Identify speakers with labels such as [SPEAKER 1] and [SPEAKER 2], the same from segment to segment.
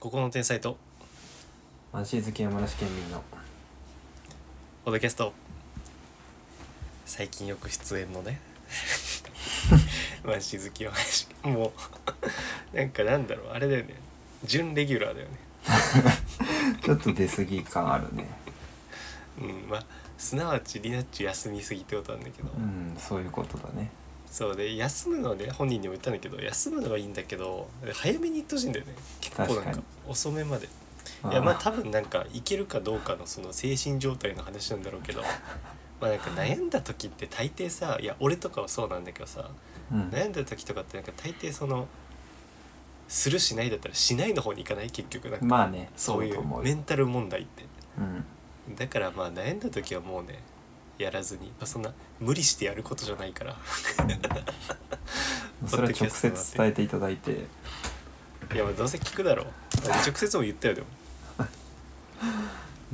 [SPEAKER 1] ここの天才と
[SPEAKER 2] マンシー好き山梨県民の
[SPEAKER 1] ポッドキャスト最近よく出演のねマンシー好きはマジもうなんかなんだろうあれだよね準レギュラーだよね
[SPEAKER 2] ちょっと出過ぎ感あるね
[SPEAKER 1] うんまあすなわちリナッチ休みすぎってことなんだけど、
[SPEAKER 2] うんそういうことだね
[SPEAKER 1] そうで休むのはね本人にも言ったんだけど休むのはいいんだけど早めに行ってほしいんだよね結構なん
[SPEAKER 2] 確か
[SPEAKER 1] か
[SPEAKER 2] に
[SPEAKER 1] 遅めまでいやまあ
[SPEAKER 2] ー
[SPEAKER 1] 多分なんかいけるかどうかのその精神状態の話なんだろうけ どまあなんか悩んだ時って大抵さいや俺とかはそうなんだけどさ
[SPEAKER 2] うん
[SPEAKER 1] 悩んだ時とかってなんか大抵そのするしないだったらしないの方に行かない結局なんか
[SPEAKER 2] まあね
[SPEAKER 1] そうい
[SPEAKER 2] だと思
[SPEAKER 1] う
[SPEAKER 2] う
[SPEAKER 1] メンタル問題って
[SPEAKER 2] うん
[SPEAKER 1] だからまあ悩んだ時はもうねやらずに、まあ、そんな無理してやることじゃないから
[SPEAKER 2] それは直接伝えていただいて
[SPEAKER 1] いやまあどうせ聞くだろう直接も言ったよでも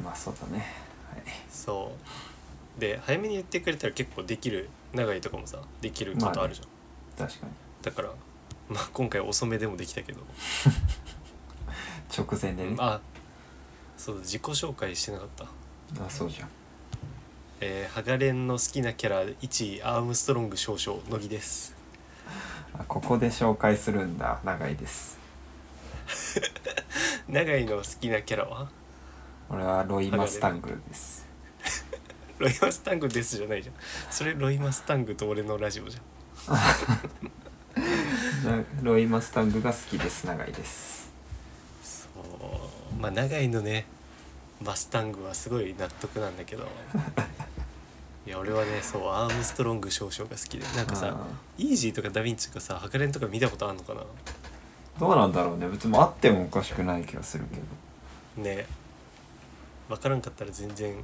[SPEAKER 2] まあそうだね
[SPEAKER 1] そうで早めに言ってくれたら結構できる長井とかもさできることあるじゃん、
[SPEAKER 2] 確かに
[SPEAKER 1] だから、まあ、今回遅めでもできたけど、
[SPEAKER 2] 直前でね
[SPEAKER 1] あそう自己紹介してなかった
[SPEAKER 2] あそうじゃん
[SPEAKER 1] えー、ハガレンの好きなキャラ1アームストロング少々乃木です
[SPEAKER 2] あここで紹介するんだ長いです
[SPEAKER 1] 長井の好きなキャラは
[SPEAKER 2] 俺はロイ・マスタングです
[SPEAKER 1] ロイマスタングですじゃないじゃんそれロイマスタングと俺のラジオじゃん
[SPEAKER 2] なロイ・マスタングが好きです長いです
[SPEAKER 1] そうまあ長井のねマスタングはすごい納得なんだけどいや俺はねそうアームストロング少々が好きでなんかさ
[SPEAKER 2] あ
[SPEAKER 1] イージーとかダヴィンチとかさハガレンとか見たことあんのかな
[SPEAKER 2] ーどうなんだろうね別にあってもおかしくない気がするけど
[SPEAKER 1] ね分からんかったら全然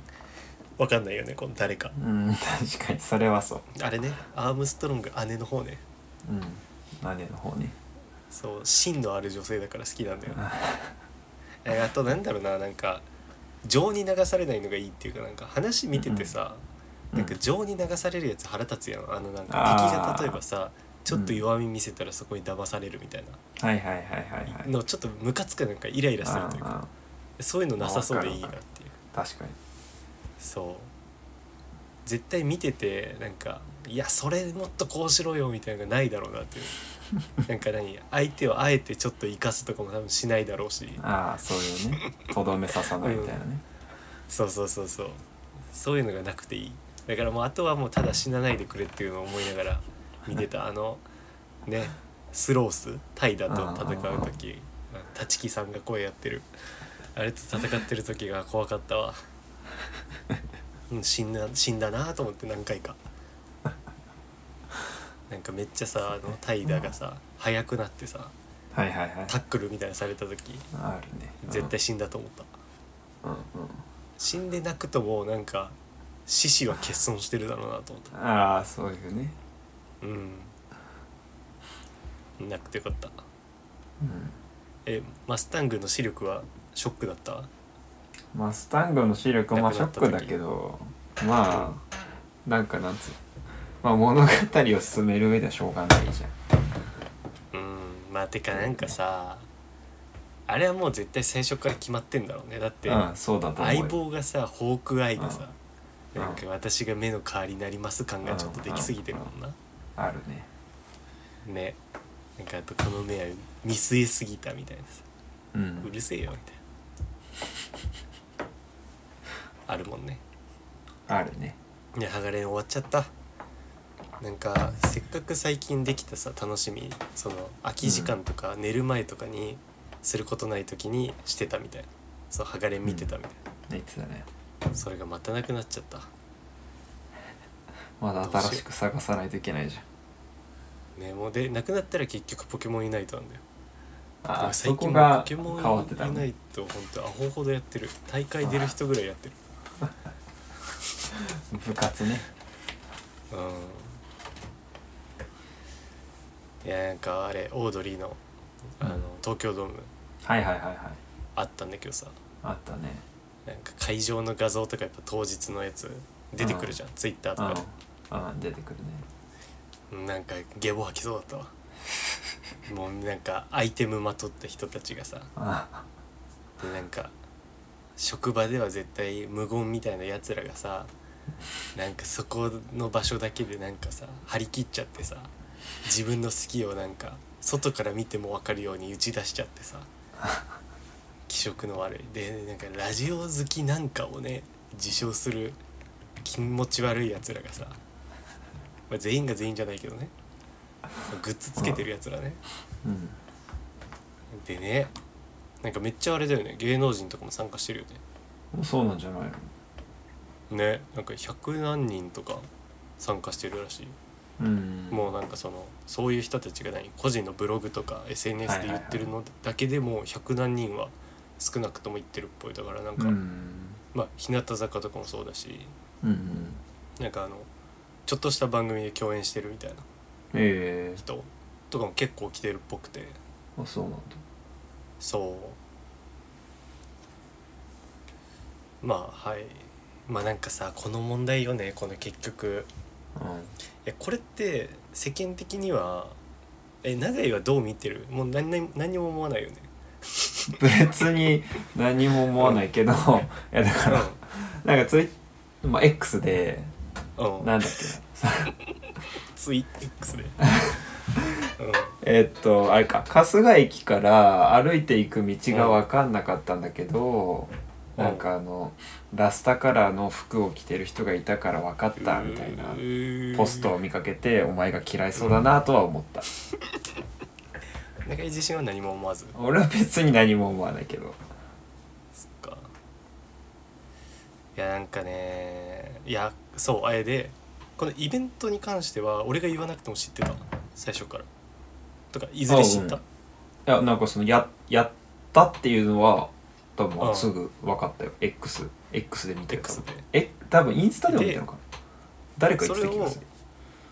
[SPEAKER 1] 分かんないよねこの誰か
[SPEAKER 2] うん確かにそれはそう
[SPEAKER 1] あれねアームストロング姉の方ね
[SPEAKER 2] うん姉の方ね
[SPEAKER 1] そう芯のある女性だから好きなん だよ、えーあとなんだろうななんか情に流されないのがいいっていうかなんか話見ててさ、
[SPEAKER 2] うん
[SPEAKER 1] なんか情に流されるやつ腹立つやんあのなんか
[SPEAKER 2] あ
[SPEAKER 1] 敵
[SPEAKER 2] ー
[SPEAKER 1] が例えばさちょっと弱み見せたらそこに騙されるみたい
[SPEAKER 2] はいはいはいはいは
[SPEAKER 1] な、
[SPEAKER 2] い
[SPEAKER 1] のちょっとムカつくなんかイライラするというか
[SPEAKER 2] あ
[SPEAKER 1] そういうのなさそうでいいなっていう
[SPEAKER 2] ー確かに
[SPEAKER 1] そう絶対見ててなんかいやそれもっとこうしろよみたいなのがないだろうなっていうなんか何相手をあえてちょっと生かすとかも多分しないだろうし
[SPEAKER 2] ああそういうねとどめ刺さないみたいなね、
[SPEAKER 1] そうそうそうそうそういうのがなくていいだからもうあとはもうただ死なないでくれっていうのを思いながら見てたあのねスロースタイだと戦う時立木さんが声やってるあれと戦ってる時が怖かったわうん死んだ死んだなと思って何回かなんかめっちゃさあのタイダがさ速くなってさ
[SPEAKER 2] はいはいはい
[SPEAKER 1] タックルみたいなのされた時
[SPEAKER 2] あるね
[SPEAKER 1] 絶対死んだと思った
[SPEAKER 2] うんうん
[SPEAKER 1] 死んでなくともなんか獅子は欠損してるだろうなと思った
[SPEAKER 2] ああそういうね
[SPEAKER 1] うんなくてよかった
[SPEAKER 2] うん
[SPEAKER 1] えマスタングの視力はショックだった
[SPEAKER 2] マスタングの視力はまあショ
[SPEAKER 1] なくなった
[SPEAKER 2] ックだけどまあなんかなんつうまあ物語を進める上ではしょうがないじゃ
[SPEAKER 1] う
[SPEAKER 2] ん
[SPEAKER 1] んまあてかなんかさあれはもう絶対最初から決まってんだろうねだって
[SPEAKER 2] うんそうだと思う
[SPEAKER 1] 相
[SPEAKER 2] よ
[SPEAKER 1] 棒がさホークアイでさ
[SPEAKER 2] うん
[SPEAKER 1] なんか私が目の代わりになります感がちょっとできすぎてるもんな
[SPEAKER 2] あるね
[SPEAKER 1] ねなんかあとこの目は見据えすぎたみたいなさ
[SPEAKER 2] う
[SPEAKER 1] うんるせえよみたいな あるもんね
[SPEAKER 2] あるね
[SPEAKER 1] いやハガレン終わっちゃったなんかせっかく最近できたさ楽しみその空き時間とか寝る前とかにすることない時にしてたみたいなそうハガレン見てたみたい
[SPEAKER 2] 言ってたね
[SPEAKER 1] な、それがまたなくなっちゃった
[SPEAKER 2] まだ新しく探さないといけないじゃん
[SPEAKER 1] ねもうでなくなったら結局ポケモンユナイトなんだよ
[SPEAKER 2] あ
[SPEAKER 1] で
[SPEAKER 2] あ
[SPEAKER 1] も
[SPEAKER 2] そこ
[SPEAKER 1] もう
[SPEAKER 2] が変わってた
[SPEAKER 1] ユナ
[SPEAKER 2] ね
[SPEAKER 1] イトほんとアホほどやってる大会出る人ぐらいやってる
[SPEAKER 2] 部活ね
[SPEAKER 1] うんいやなんかあれオードリーのあの
[SPEAKER 2] うん
[SPEAKER 1] 東京ドーム
[SPEAKER 2] はいはいはいはい
[SPEAKER 1] あったんだけどさ
[SPEAKER 2] あったね
[SPEAKER 1] なんか会場の画像とかやっぱ当日のやつ出てくるじゃんツイッターとかで
[SPEAKER 2] うんうん出てくるね
[SPEAKER 1] なんかゲボ吐きそうだったわもうなんかアイテムまとった人たちがさ
[SPEAKER 2] あ
[SPEAKER 1] でなんか職場では絶対無言みたいなやつらがさなんかそこの場所だけでなんかさ張り切っちゃってさ自分の好きをなんか外から見ても分かるように打ち出しちゃってさ気色の悪いでなんかラジオ好きなんかをね自称する気持ち悪いやつらがさ、まあ、全員が全員じゃないけどねグッズつけてるやつらね
[SPEAKER 2] うん
[SPEAKER 1] でねなんかめっちゃあれだよね芸能人とかも参加してるよね
[SPEAKER 2] もうそうなんじゃないの
[SPEAKER 1] ねなんか100何人とか参加してるらしいよ
[SPEAKER 2] うん
[SPEAKER 1] もうなんかそのそういう人たちが何個人のブログとか SNS で言ってるのだけでも100何人は少なくとも言ってるっぽいだからなんか、
[SPEAKER 2] うん
[SPEAKER 1] まあ日向坂とかもそうだし
[SPEAKER 2] うん
[SPEAKER 1] なんかあのちょっとした番組で共演してるみたいな
[SPEAKER 2] ええ
[SPEAKER 1] 人とかも結構来てるっぽくて
[SPEAKER 2] あそうなんだ
[SPEAKER 1] そうまあはいまあなんかさこの問題よねこの結局いやこれって世間的にはえ永井はどう見てるもう何何何も思わないよね
[SPEAKER 2] うん、別に何も思わない けどいやだからなんかツイまあ X で
[SPEAKER 1] うん、うん、
[SPEAKER 2] なんだっけな
[SPEAKER 1] ツイ X でうん
[SPEAKER 2] えっとあれか春日駅から歩いていく道が分かんなかったんだけど、
[SPEAKER 1] うん
[SPEAKER 2] なんかあのラスタカラーの服を着てる人がいたから分かったみたいな
[SPEAKER 1] うー
[SPEAKER 2] ポストを見かけてお前が嫌いそうだなとは思った
[SPEAKER 1] 永井自身は何も思わず
[SPEAKER 2] 俺は別に何も思わないけど
[SPEAKER 1] そっかいやなんかねいやそうあれでこのイベントに関しては俺が言わなくても知ってた最初からとかいずれ知った
[SPEAKER 2] あいやなんかそのややったっていうのは多
[SPEAKER 1] う
[SPEAKER 2] 分
[SPEAKER 1] ん
[SPEAKER 2] すぐ分かったよ XX で見てる
[SPEAKER 1] X で
[SPEAKER 2] え多分インスタでも見たのかな誰か言ってた気がする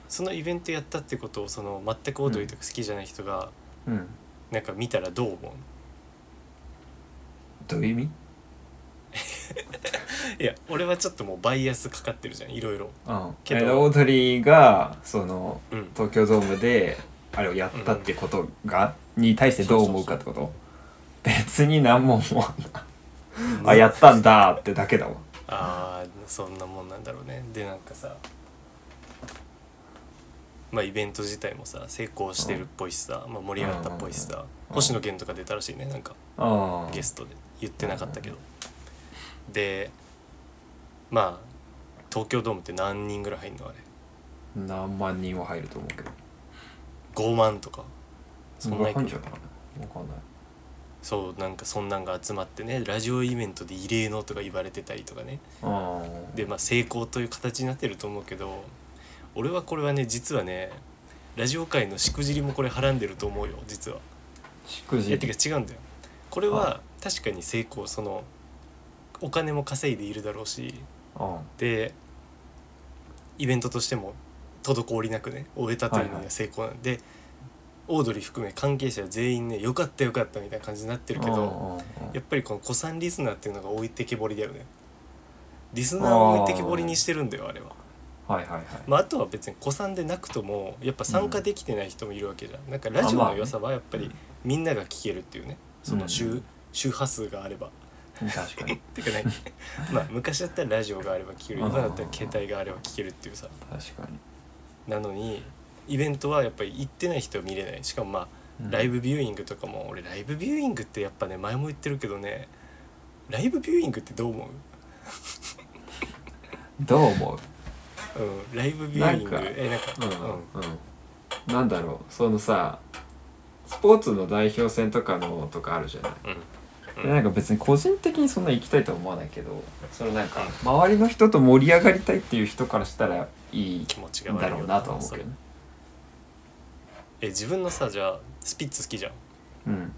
[SPEAKER 1] そのイベントやったってことをその全くオードリーとか好きじゃない人が
[SPEAKER 2] うん
[SPEAKER 1] なんか見たらどう思う、
[SPEAKER 2] どういう意味
[SPEAKER 1] いや俺はちょっともうバイアスかかってるじゃんいろいろ
[SPEAKER 2] うん
[SPEAKER 1] けど
[SPEAKER 2] えーオードリーがその
[SPEAKER 1] うん
[SPEAKER 2] 東京ドームであれをやったってことが、に対してどう思うかってこと別に何も思わないあやったんだってだけだわ
[SPEAKER 1] あーそんなもんなんだろうねでなんかさまあイベント自体もさ成功してるっぽいしさ、まあ、盛り上がったっぽいしさ、
[SPEAKER 2] うん
[SPEAKER 1] 星野源とか出たらしいねなんか
[SPEAKER 2] あ
[SPEAKER 1] ゲストで言ってなかったけど、でまあ東京ドームって何人ぐらい入んのあれ
[SPEAKER 2] あ何万人は入ると思うけど
[SPEAKER 1] 5万とかそんな
[SPEAKER 2] 入
[SPEAKER 1] に
[SPEAKER 2] んじゃないかな分かんない
[SPEAKER 1] そうなんかそんなんが集まってねラジオイベントで異例のとか言われてたりとかね
[SPEAKER 2] ああ
[SPEAKER 1] でまあ成功という形になってると思うけど俺はこれはね実はねラジオ界のしくじりもこれはらんでると思うよ実は。
[SPEAKER 2] しく
[SPEAKER 1] い
[SPEAKER 2] じ
[SPEAKER 1] やてか違うんだよこれは確かに成功そのお金も稼いでいるだろうし
[SPEAKER 2] あ
[SPEAKER 1] でイベントとしても滞りなくね終えたというのが成功なんで、オードリー含め関係者全員ねよかったよかったみたいな感じになってるけど。やっぱりこの古参リスナーっていうのが置いてけぼりだよねリスナーを置いてけぼりにしてるんだよあれは、
[SPEAKER 2] はいはいはい
[SPEAKER 1] まあ、あとは別に古参でなくともやっぱ参加できてない人もいるわけじゃん、なんかラジオの良さはやっぱりみんなが聞けるっていうねその周,、
[SPEAKER 2] うん
[SPEAKER 1] 周波数があれば
[SPEAKER 2] 確かに
[SPEAKER 1] てか ねまあ昔だったらラジオがあれば聞ける
[SPEAKER 2] あー
[SPEAKER 1] 今だったら携帯があれば聞けるっていうさ
[SPEAKER 2] 確かに
[SPEAKER 1] なのにイベントはやっぱり行ってない人は見れないしかもまあライブビューイングとかも俺ライブビューイングってやっぱね前も言ってるけどねライブビューイングってどう思う
[SPEAKER 2] どう思う
[SPEAKER 1] うん、ライブビューイング
[SPEAKER 2] なんか
[SPEAKER 1] えなんか、う
[SPEAKER 2] う
[SPEAKER 1] んん
[SPEAKER 2] うんなんだろうそのさスポーツの代表戦とかのとかあるじゃない、
[SPEAKER 1] うん
[SPEAKER 2] なんか別に個人的にそんな行きたいとは思わないけどそのなんか周りの人と盛り上がりたいっていう人からしたらいいん
[SPEAKER 1] 気持ちが
[SPEAKER 2] だ
[SPEAKER 1] 悪い
[SPEAKER 2] ろ
[SPEAKER 1] よ
[SPEAKER 2] うなとは思うけど
[SPEAKER 1] それ
[SPEAKER 2] ね
[SPEAKER 1] え自分のさじゃあスピッツ好きじゃん
[SPEAKER 2] うん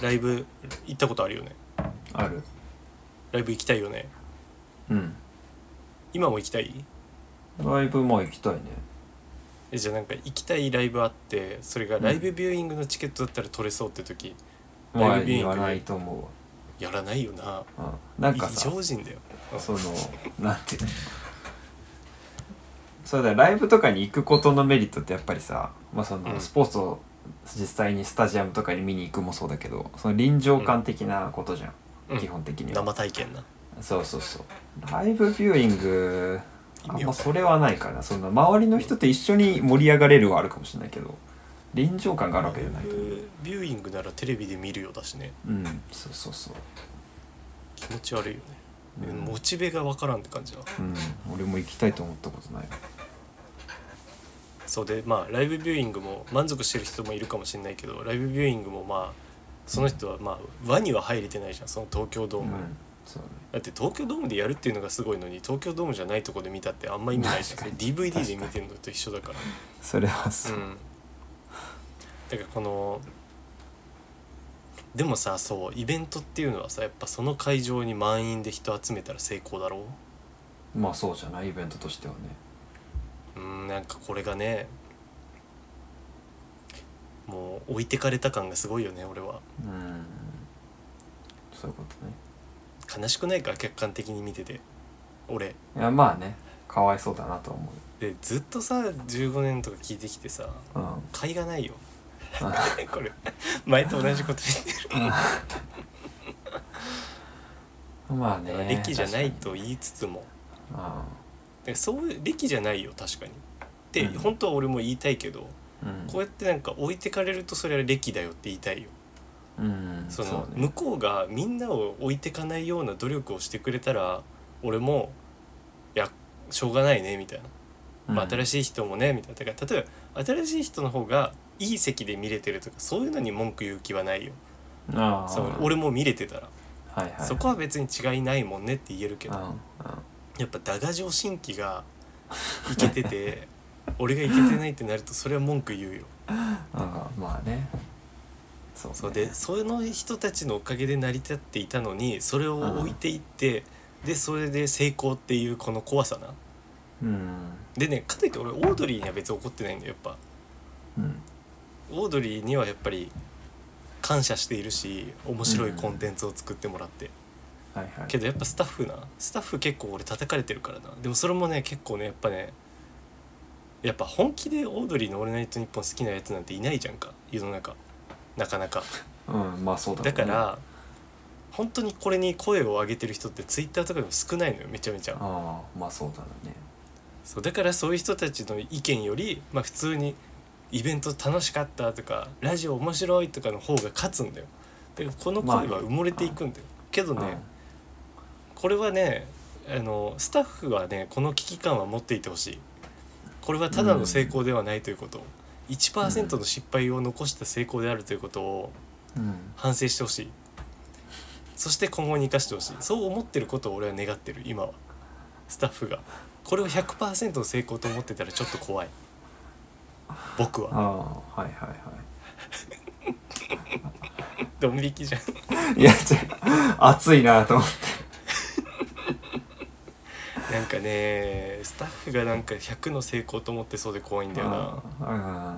[SPEAKER 1] ライブ行ったことあるよね
[SPEAKER 2] ある
[SPEAKER 1] ライブ行きたいよね
[SPEAKER 2] うん
[SPEAKER 1] 今も行きたい
[SPEAKER 2] ライブも行きたいね
[SPEAKER 1] えじゃあなんか行きたいライブあってそれがライブビューイングのチケットだったら取れそうって時、
[SPEAKER 2] ま
[SPEAKER 1] ライ
[SPEAKER 2] あ
[SPEAKER 1] ブビューイン
[SPEAKER 2] 言
[SPEAKER 1] グ
[SPEAKER 2] わないと思
[SPEAKER 1] やらないよな
[SPEAKER 2] うわ、うん、なんか
[SPEAKER 1] 異
[SPEAKER 2] さ
[SPEAKER 1] 常人だよ、うん
[SPEAKER 2] そのなんていうのそうだライブとかに行くことのメリットってやっぱりさ、まあその
[SPEAKER 1] うん
[SPEAKER 2] スポーツを実際にスタジアムとかに見に行くもそうだけどその臨場感的なことじゃん、基本的には
[SPEAKER 1] 生体験な
[SPEAKER 2] そうそうそうライブビューイング
[SPEAKER 1] 意味わか
[SPEAKER 2] あ
[SPEAKER 1] んなんい
[SPEAKER 2] まそれはないかなそんな周りの人と一緒に盛り上がれるはあるかもしれないけど臨場感があるわけじゃないという
[SPEAKER 1] ビューイングならテレビで見るようだしね
[SPEAKER 2] うんそうそうそう
[SPEAKER 1] 気持ち悪いよね、
[SPEAKER 2] うん
[SPEAKER 1] モチベがわからんって感じだ
[SPEAKER 2] うん俺も行きたいと思ったことない
[SPEAKER 1] そうでまあライブビューイングも満足してる人もいるかもしれないけどライブビューイングもまあその人はまあ輪には入れてないじゃんその東京ドー
[SPEAKER 2] う
[SPEAKER 1] ム、
[SPEAKER 2] んそうね
[SPEAKER 1] だって東京ドームでやるっていうのがすごいのに東京ドームじゃないとこで見たってあんま意味ないじゃん
[SPEAKER 2] 確かに
[SPEAKER 1] DVD で見てるのと一緒だから
[SPEAKER 2] それはそうう、
[SPEAKER 1] んだからこのでもさそうイベントっていうのはさやっぱその会場に満員で人集めたら成功だろ
[SPEAKER 2] まあそうじゃないイベントとしてはね
[SPEAKER 1] ううんなんかこれがねもう置いてかれた感がすごいよね俺は
[SPEAKER 2] うんそういうことね
[SPEAKER 1] 悲しくないか客観的に見てて俺
[SPEAKER 2] いやまあねかわいそうだなと思
[SPEAKER 1] でずっとさ15年とか聞いてきてさ
[SPEAKER 2] ううん
[SPEAKER 1] 甲斐がないよ
[SPEAKER 2] あ
[SPEAKER 1] これ前と同じこと言って
[SPEAKER 2] まあ
[SPEAKER 1] るから、
[SPEAKER 2] ね
[SPEAKER 1] 歴じゃないと言いつつも
[SPEAKER 2] 確か
[SPEAKER 1] でそういう歴じゃないよ確かにって、
[SPEAKER 2] うん
[SPEAKER 1] 本当は俺も言いたいけど
[SPEAKER 2] にうん
[SPEAKER 1] こうやってなんか置いてかれるとそれは歴だよって言いたいよ
[SPEAKER 2] うん
[SPEAKER 1] その
[SPEAKER 2] そうね
[SPEAKER 1] 向こうがみんなを置いてかないような努力をしてくれたら俺もいやしょうがないねみたいな、まあ、新
[SPEAKER 2] しい
[SPEAKER 1] しい人もねみたいなだから例えば新しい人の方がいい席で見れてるとかそういうのに文句言う気はないよ
[SPEAKER 2] ああ
[SPEAKER 1] そう俺も見れてたら、
[SPEAKER 2] はいはい
[SPEAKER 1] そこは別に違いないもんねって言えるけ
[SPEAKER 2] うん
[SPEAKER 1] ど、
[SPEAKER 2] うん
[SPEAKER 1] やっぱ打牙城新規がいけて て俺がいけてないってなるとそれは文句言うよ
[SPEAKER 2] ああまあねそうね
[SPEAKER 1] そうでその人たちのおかげで成り立っていたのにそれを置いていって、でそれで成功っていうこの怖さな
[SPEAKER 2] うん
[SPEAKER 1] でねかといって俺オードリーには別に怒ってないんだよやっぱ
[SPEAKER 2] うん
[SPEAKER 1] オードリーにはやっぱり感謝しているし面白いコンテンツを作ってもらって、
[SPEAKER 2] はいはい
[SPEAKER 1] けどやっぱスタッフなスタッフ結構俺叩かれてるからなでもそれもね結構ねやっぱねやっぱ本気でオードリーの「オールナイトニッポン」好きなやつなんていないじゃんか世の中なかなか
[SPEAKER 2] うんまあそうだ
[SPEAKER 1] だ
[SPEAKER 2] ろう
[SPEAKER 1] か
[SPEAKER 2] ね
[SPEAKER 1] ら本当にこれに声を上げてる人ってツイッターとかでも少ないのよめちゃめちゃ
[SPEAKER 2] ああまあそうだろうね
[SPEAKER 1] そうだからそういう人たちの意見よりまあ普通にイベント楽しかったとかラジオ面白いとかの方が勝つんだよだからこの声は埋もれていくんだよけどねこれはねあのスタッフはねこの危機感は持っていてほしいこれはただの成功ではないということ、1%の失敗を残した成功であるということを
[SPEAKER 2] うんうん
[SPEAKER 1] 反省してほしいそして今後に生かしてほしいそう思ってることを俺は願ってる今はスタッフがこれを100%の成功と思ってたらちょっと怖い僕は
[SPEAKER 2] ああはいはいはい
[SPEAKER 1] ドン引きじゃん
[SPEAKER 2] いや、ちょ、暑いなと思って。
[SPEAKER 1] なんかねスタッフがなんか100の成功と思ってそうで怖いんだよな
[SPEAKER 2] うん
[SPEAKER 1] なん
[SPEAKER 2] い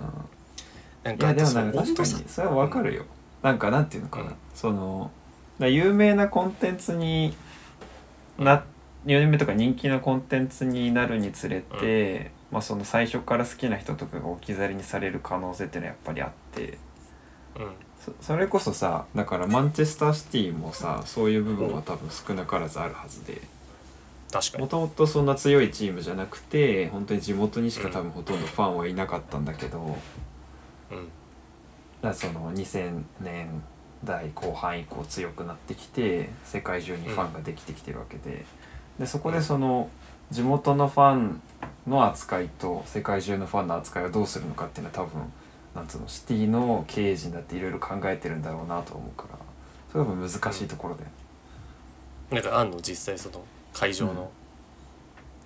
[SPEAKER 2] や、
[SPEAKER 1] か
[SPEAKER 2] でも
[SPEAKER 1] そ
[SPEAKER 2] な
[SPEAKER 1] の
[SPEAKER 2] んか
[SPEAKER 1] 温
[SPEAKER 2] 確
[SPEAKER 1] 度
[SPEAKER 2] かに
[SPEAKER 1] 差、
[SPEAKER 2] それはわかるよ。なんか、なんていうのか
[SPEAKER 1] うん
[SPEAKER 2] な。その、だから有名なコンテンツにな、有名とか人気のコンテンツになるにつれて、まあその最初から好きな人とかが置き去りにされる可能性っていうのはやっぱりあって、
[SPEAKER 1] うん
[SPEAKER 2] そそれこそさ、だからマンチェスターシティもさ、そういう部分は多分少なからずあるはずで。
[SPEAKER 1] 確か
[SPEAKER 2] も
[SPEAKER 1] に
[SPEAKER 2] ともとそんな強いチームじゃなくて本当に地元にしか多分ほとんどファンはいなかったんだけど、だか
[SPEAKER 1] うん
[SPEAKER 2] らその2000年代後半以降強くなってきて世界中にファンができてきてるわけででそこでその地元のファンの扱いと世界中のファンの扱いをどうするのかっていうのは多分なんつうのシティの経営陣だっていろいろ考えてるんだろうなと思うからそれは多分難しいところで、
[SPEAKER 1] なんかあんの実際その会場の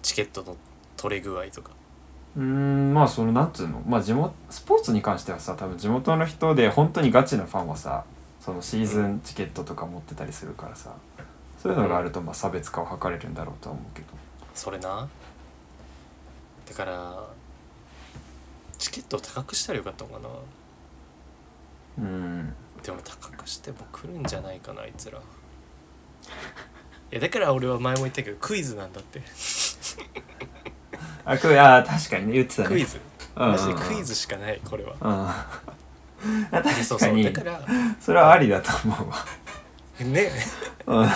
[SPEAKER 1] チケットの取れ具合とか、
[SPEAKER 2] うーんまあそのなんつうのまあ地元スポーツに関してはさ多分地元の人で本当にガチなファンはさそのシーズンチケットとか持ってたりするからさそういうのがあるとまあ差別化を図れるんだろうとは思うけど
[SPEAKER 1] それなだからチケットを高くしたらよかったのかな
[SPEAKER 2] うーん
[SPEAKER 1] でも高くしても来るんじゃないかなあいつらいやだから俺は前も言ったけどクイズなんだって
[SPEAKER 2] あクイあー確かにね言ってたね
[SPEAKER 1] クイズ
[SPEAKER 2] うんうん
[SPEAKER 1] マジでクイズしかないこれは
[SPEAKER 2] うん
[SPEAKER 1] そう
[SPEAKER 2] 確か
[SPEAKER 1] そう
[SPEAKER 2] に
[SPEAKER 1] だから
[SPEAKER 2] それはありだと思
[SPEAKER 1] ね
[SPEAKER 2] うわ、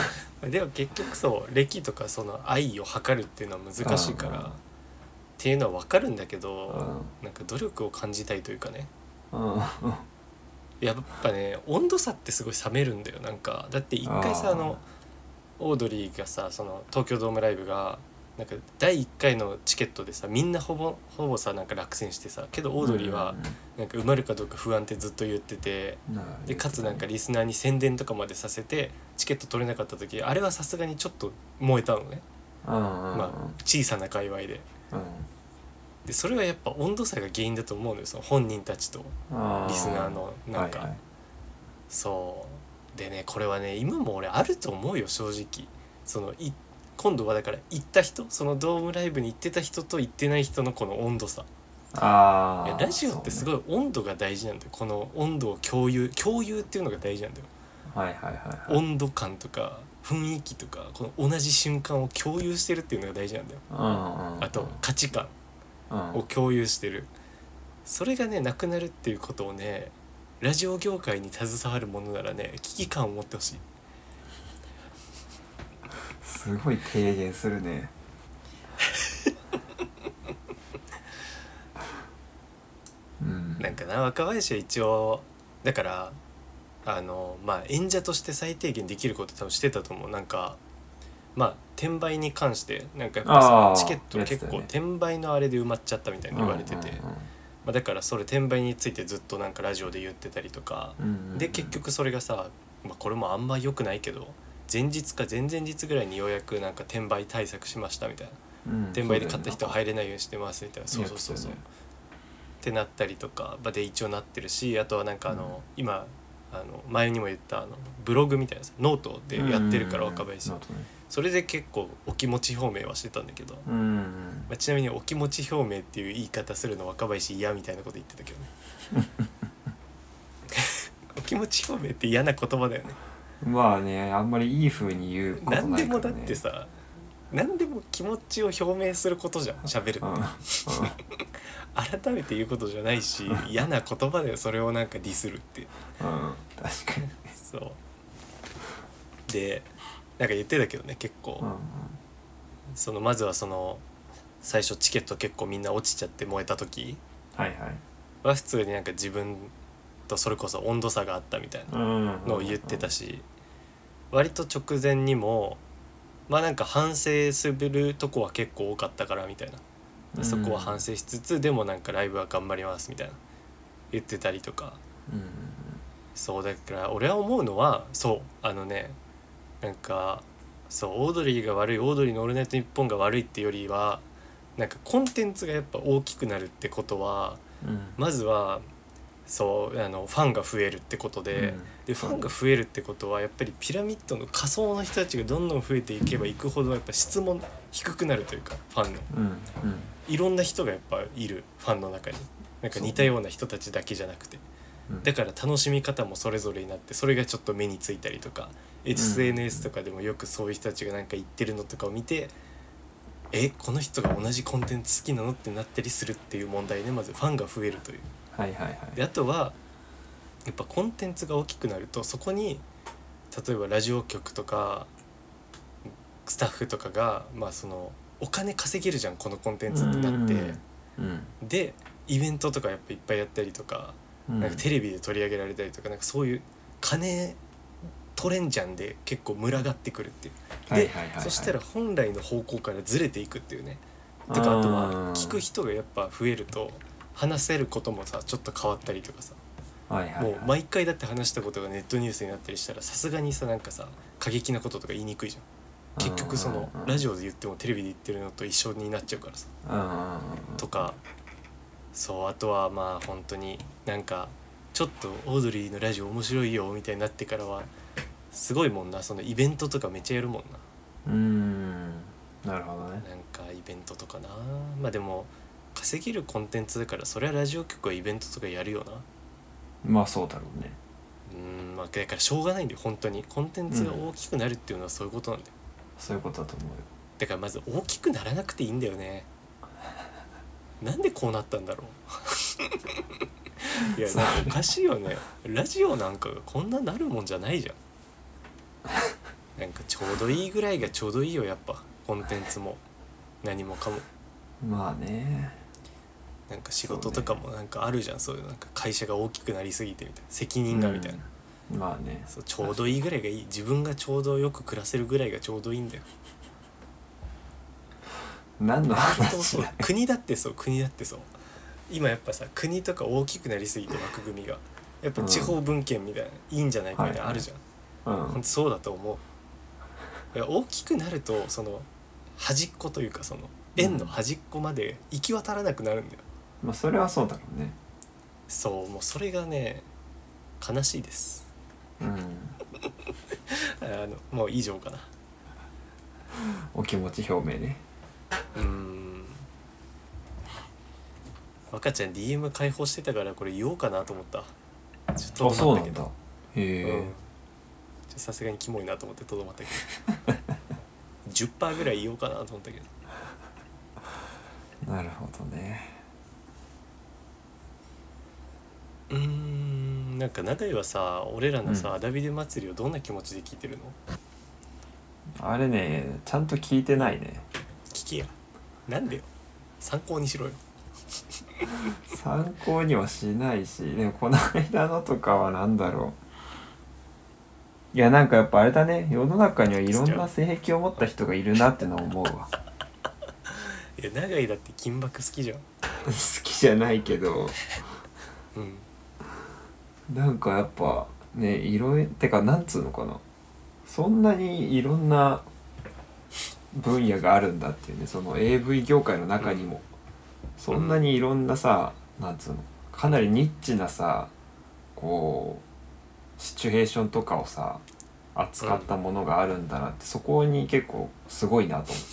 [SPEAKER 2] う ん、
[SPEAKER 1] でも結局そう歴とかその愛を測るっていうのは難しいから、
[SPEAKER 2] うん
[SPEAKER 1] っていうのは分かるんだけど、なんか努力を感じたいというかね
[SPEAKER 2] うん
[SPEAKER 1] やっぱね温度差ってすごい冷めるんだよなんかだって一回さ
[SPEAKER 2] あー
[SPEAKER 1] あのオードリーがさその東京ドームライブがなんか第1回のチケットでさみんなほぼほぼさなんか落選してさけどオードリーはなんか埋まるかどうか不安ってずっと言ってて
[SPEAKER 2] うんうん
[SPEAKER 1] でかつなんかリスナーに宣伝とかまでさせてチケット取れなかった時あれはさすがにちょっと燃えたのね
[SPEAKER 2] うんうんうん
[SPEAKER 1] まあ小さな界隈で。でそれはやっぱ温度差が原因だと思うのよその本人たちと
[SPEAKER 2] うん
[SPEAKER 1] リスナーのなんか
[SPEAKER 2] はいはい
[SPEAKER 1] そうでねこれはね今も俺あると思うよ正直そのい今度はだから行った人そのドームライブに行ってた人と行ってない人のこの温度差
[SPEAKER 2] あ
[SPEAKER 1] いや
[SPEAKER 2] ー
[SPEAKER 1] ラジオってすごい温度が大事なんだよこの温度を共有共有っていうのが大事なんだよ
[SPEAKER 2] そうねはいはいはいはい
[SPEAKER 1] 温度感とか雰囲気とかこの同じ瞬間を共有してるっていうのが大事なんだよ
[SPEAKER 2] うんうんうん
[SPEAKER 1] あと価値観
[SPEAKER 2] うん
[SPEAKER 1] を共有してるそれがねなくなるっていうことをねラジオ業界に携わるものならね危機感を持ってほしい
[SPEAKER 2] すごい提言する ねうん
[SPEAKER 1] なんかな若林は一応だからあのまあ演者として最低限できること多分してたと思うなんかまあ転売に関してなんかやっぱ
[SPEAKER 2] あー
[SPEAKER 1] さチケット
[SPEAKER 2] やってた
[SPEAKER 1] 結構
[SPEAKER 2] よね
[SPEAKER 1] 転売のあれで埋まっちゃったみたいに言われてて、ま
[SPEAKER 2] う
[SPEAKER 1] あ、だからそれ転売についてずっとなんかラジオで言ってたりとか、
[SPEAKER 2] んうんうんうんうん
[SPEAKER 1] で結局それがさ、まあ、これもあんま良くないけど前日か前々日ぐらいにようやくなんか転売対策しましたみたいな
[SPEAKER 2] うん
[SPEAKER 1] 転売で買った人は
[SPEAKER 2] そうだ
[SPEAKER 1] 入れ
[SPEAKER 2] よね
[SPEAKER 1] ないようにしてますみたいなそうそうそうそう、
[SPEAKER 2] やっ
[SPEAKER 1] って
[SPEAKER 2] てたよね
[SPEAKER 1] なったりとかまあで一応なってるしあとはなんかあの、今あの前にも言ったあのブログみたいなさノートでやってるから若林さん、
[SPEAKER 2] うんうん
[SPEAKER 1] それで結構お気持ち表明はしてたんだけど、ま
[SPEAKER 2] うんうん
[SPEAKER 1] あ、ちなみにお気持ち表明っていう言い方するの若林嫌みたいなこと言ってたけどね お気持ち表明って嫌な言葉だよね
[SPEAKER 2] まあねあんまりいい風に言うことないから、ね、
[SPEAKER 1] 何でもだってさ何でも気持ちを表明することじゃん喋る
[SPEAKER 2] うん、うん
[SPEAKER 1] の改めて言うことじゃない し嫌な言葉でそれをなんかディスるって
[SPEAKER 2] うん、確かに、
[SPEAKER 1] そうでなんか言ってたけどね結構、
[SPEAKER 2] うんうん、
[SPEAKER 1] そのまずはその最初チケット結構みんな落ちちゃって燃えた時
[SPEAKER 2] はいはい
[SPEAKER 1] は普通になんか自分とそれこそ温度差があったみたいなのを言ってた
[SPEAKER 2] し、
[SPEAKER 1] し割と直前にもまあなんか反省するとこは結構多かったからみたいなそこは反省しつつでもなんかライブは頑張りますみたいな言ってたりとか
[SPEAKER 2] うん
[SPEAKER 1] そうだから俺は思うのはそうあのねなんかそうオードリーが悪いオードリーの「オールナイトニッポン」が悪いってよりはなんかコンテンツがやっぱ大きくなるってことは
[SPEAKER 2] うんうん
[SPEAKER 1] まずはそうあのファンが増えるってことで。
[SPEAKER 2] うん
[SPEAKER 1] でファンが増えるってことはやっぱりピラミッドの仮想の人たちがどんどん増えていけばいくほどやっぱ質問低くなるというかファンの
[SPEAKER 2] うんうん
[SPEAKER 1] いろんな人がやっぱいるファンの中になんか似たような人たちだけじゃなくて
[SPEAKER 2] うん
[SPEAKER 1] だから楽しみ方もそれぞれになってそれがちょっと目についたりとか SNS とかでもよくそういう人たちがなんか言ってるのとかを見てえこの人が同じコンテンツ好きなのってなったりするっていう問題ねまずファンが増えるという。
[SPEAKER 2] はいはいはい
[SPEAKER 1] であとはやっぱコンテンツが大きくなるとそこに例えばラジオ局とかスタッフとかがまあそのお金稼げるじゃんこのコンテンツってなって、
[SPEAKER 2] うん
[SPEAKER 1] でイベントとかやっぱいっぱいやったりとか,、
[SPEAKER 2] うん
[SPEAKER 1] なんかテレビで取り上げられたりとかなんかそういう金取れんじゃんで結構群がってくるっていう、
[SPEAKER 2] はいはいはいはい
[SPEAKER 1] そしたら本来の方向からずれていくっていうねとかあとは聞く人がやっぱ増えると話せることもさちょっと変わったりとかさ
[SPEAKER 2] はいはいはい
[SPEAKER 1] もう毎回だって話したことがネットニュースになったりしたらさすがにさなんかさ過激なこととか言いにくいじゃん結局そのラジオで言ってもテレビで言ってるのと一緒になっちゃうからさ
[SPEAKER 2] うんうんうんうん
[SPEAKER 1] とかそうあとはまあ本当になんかちょっとオードリーのラジオ面白いよみたいになってからはすごいもんなそのイベントとかめっちゃやるもんな
[SPEAKER 2] うーんなるほどね
[SPEAKER 1] なんかイベントとかなまあでも稼げるコンテンツだからそれはラジオ局はイベントとかやるよな
[SPEAKER 2] まあそうだろうね
[SPEAKER 1] うんまあだからしょうがないんだよ本当にコンテンツが大きくなるっていうのはそういうことなんだよ、
[SPEAKER 2] そういうことだと思うよ
[SPEAKER 1] だからまず大きくならなくていいんだよねなんでこうなったんだろういやなんかおかしいよねラジオなんかがこんななるもんじゃないじゃんなんかちょうどいいぐらいがちょうどいいよやっぱコンテンツも何もかも
[SPEAKER 2] まあね
[SPEAKER 1] なんか仕事とかもなんかあるじゃんそう,、いうなんか会社が大きくなりすぎてみたいな責任がみたいな、
[SPEAKER 2] うんまあね
[SPEAKER 1] そうちょうどいいぐらいがいい自分がちょうどよく暮らせるぐらいがちょうどいいんだよ
[SPEAKER 2] 何の
[SPEAKER 1] 本当
[SPEAKER 2] 話
[SPEAKER 1] そう
[SPEAKER 2] だ
[SPEAKER 1] 国だってそう国だってそう今やっぱさ国とか大きくなりすぎて枠組みがやっぱ地方分権みたいな、いいんじゃないかみたいなあるじゃん、
[SPEAKER 2] う
[SPEAKER 1] 本
[SPEAKER 2] ん
[SPEAKER 1] 当そうだと思ういや大きくなるとその端っこというかその円の端っこまで行き渡らなくなるんだよ、
[SPEAKER 2] まあそれはそうだろうね
[SPEAKER 1] そうもうそれがね悲しいです
[SPEAKER 2] うん
[SPEAKER 1] あのもう以上かな
[SPEAKER 2] お気持ち表明ね
[SPEAKER 1] うーん若ちゃん DM 開放してたからこれ言おうかなと思ったちょっと
[SPEAKER 2] あ
[SPEAKER 1] とど
[SPEAKER 2] そう
[SPEAKER 1] ま
[SPEAKER 2] な
[SPEAKER 1] ったけ
[SPEAKER 2] ん
[SPEAKER 1] ど
[SPEAKER 2] だ
[SPEAKER 1] う
[SPEAKER 2] へ
[SPEAKER 1] んちょっとさすがにキモいなと思ってとどまったけど 10%ぐらい言おうかなと思ったけど
[SPEAKER 2] えなるほどね
[SPEAKER 1] うーんなんか永井はさ俺らのさ、アダビデ祭りをどんな気持ちで聞いてるの
[SPEAKER 2] あれねちゃんと聞いてないね
[SPEAKER 1] 聞けやなんでよ参考にしろよ
[SPEAKER 2] 参考にはしないしでもこの間のとかは何だろういやなんかやっぱあれだね世の中にはいろんな性癖を持った人がいるなってのは思うわ
[SPEAKER 1] いや永井だって金箔好きじゃん
[SPEAKER 2] 好きじゃないけど
[SPEAKER 1] うん
[SPEAKER 2] なんかやっぱねいろいてかなんつうのかなそんなにいろんな分野があるんだっていうねその AV 業界の中にも、そんなにいろんなさなんつうのかなりニッチなさこうシチュエーションとかをさ扱ったものがあるんだなって、そこに結構すごいなと思っ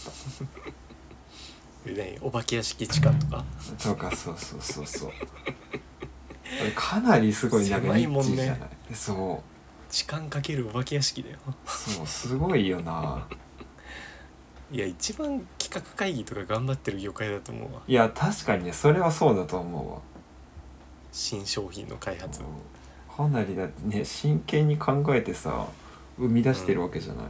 [SPEAKER 2] た。
[SPEAKER 1] で何お化け屋敷地下とか
[SPEAKER 2] そうかそうそうそうそう あれかなりすごいなんか
[SPEAKER 1] 狭い
[SPEAKER 2] ニ
[SPEAKER 1] もん
[SPEAKER 2] ッ
[SPEAKER 1] ね
[SPEAKER 2] チじゃないそう
[SPEAKER 1] 痴漢かけるお化け屋敷だよ
[SPEAKER 2] そうすごいよない
[SPEAKER 1] や一番企画会議とか頑張ってる業界だと思うわ
[SPEAKER 2] いや確かにねそれはそうだと思
[SPEAKER 1] 新商品の開
[SPEAKER 2] うわ
[SPEAKER 1] 発
[SPEAKER 2] かなりだってね真剣に考えてさ生み出してるわけじゃない、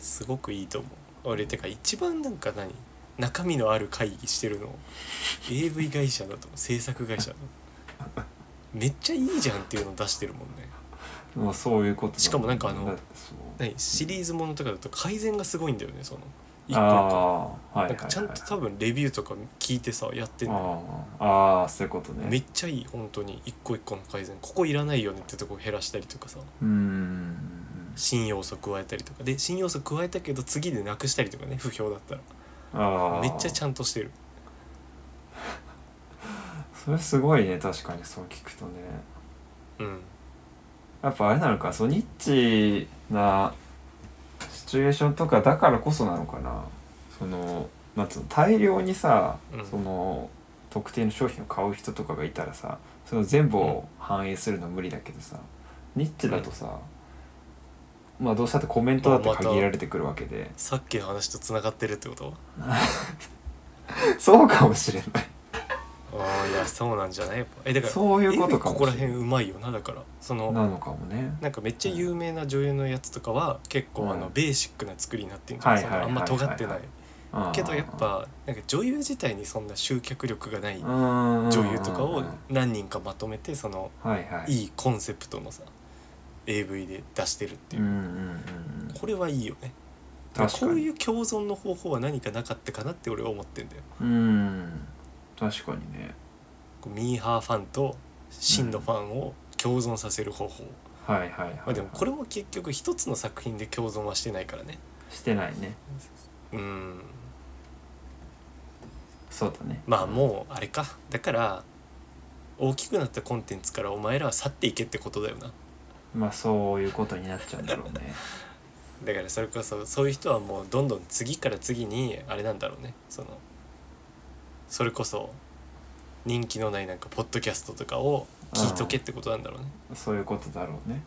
[SPEAKER 1] すごくいいと思う俺てか一番なんか何中身のある会議してるの AV 会社だと思う制作会社だと思うめっちゃいいじゃんっていうの出してるもんね
[SPEAKER 2] まあそういうことだ
[SPEAKER 1] しかもなんかあの
[SPEAKER 2] だってそう
[SPEAKER 1] 何シリーズものとかだと改善がすごいんだよねその一個
[SPEAKER 2] あ
[SPEAKER 1] 一個
[SPEAKER 2] あはいはい、はい、
[SPEAKER 1] なんかちゃんと多分レビューとか聞いてさやってんの
[SPEAKER 2] ああああそういうことね
[SPEAKER 1] めっちゃいい本当に一個一個の改善ここいらないよねってとこ減らしたりとかさ
[SPEAKER 2] うーん
[SPEAKER 1] 新要素加えたりとかで新要素加えたけど次でなくしたりとかね不評だった
[SPEAKER 2] あ
[SPEAKER 1] ら
[SPEAKER 2] あ
[SPEAKER 1] めっちゃちゃんとしてる
[SPEAKER 2] それすごいね確かにそう聞くとね
[SPEAKER 1] うん
[SPEAKER 2] やっぱあれなのかそうニッチなシチュエーションとかだからこそなのかなそのなんつうの大量にさ、
[SPEAKER 1] うん
[SPEAKER 2] その特定の商品を買う人とかがいたらさその全部を反映するのは無理だけどさニッチだとさ、まあどうしたってコメントだって限られてくるわけで、
[SPEAKER 1] さっきの話とつながってるってこと
[SPEAKER 2] そうかもしれない
[SPEAKER 1] ああい やそうなんじゃないやっぱえだから
[SPEAKER 2] そういうことか
[SPEAKER 1] こ
[SPEAKER 2] も
[SPEAKER 1] こら
[SPEAKER 2] しれ
[SPEAKER 1] 辺
[SPEAKER 2] ないう
[SPEAKER 1] まいよなだからその
[SPEAKER 2] なのかもね
[SPEAKER 1] なんかめっちゃ有名な女優のやつとかは結構あの
[SPEAKER 2] うん
[SPEAKER 1] ベーシックな作りになってんじゃん、
[SPEAKER 2] はい
[SPEAKER 1] そ
[SPEAKER 2] はい
[SPEAKER 1] のあんま
[SPEAKER 2] はいはい
[SPEAKER 1] 尖ってない
[SPEAKER 2] あー
[SPEAKER 1] けどやっぱなんか女優自体にそんな集客力がない
[SPEAKER 2] うんうんうん
[SPEAKER 1] 女優とかを
[SPEAKER 2] はい
[SPEAKER 1] 何人かまとめてその
[SPEAKER 2] はい
[SPEAKER 1] いいコンセプトのさ AV で出してるっていううん
[SPEAKER 2] う、んうんうん
[SPEAKER 1] これはいいよね
[SPEAKER 2] 確か
[SPEAKER 1] こう
[SPEAKER 2] に
[SPEAKER 1] いう共存の方法は何かなかったかなって俺は思ってんだよ
[SPEAKER 2] うん確かにね
[SPEAKER 1] こうミーハーファンと真のファンを共存させる方法、
[SPEAKER 2] はいはいはい、はい
[SPEAKER 1] まあでもこれも結局一つの作品で共存はしてないからね
[SPEAKER 2] してないね
[SPEAKER 1] うん
[SPEAKER 2] そうだね
[SPEAKER 1] まあもうあれかだから大きくなったコンテンツからお前らは去っていけってことだよな
[SPEAKER 2] まあそういうことになっちゃうんだろうね
[SPEAKER 1] だからそれこそそういう人はもうどんどん次から次にあれなんだろうねそのそれこそ人気のないなんかポッドキャストとかを聞いとけってことなんだろうね
[SPEAKER 2] そういうことだろうね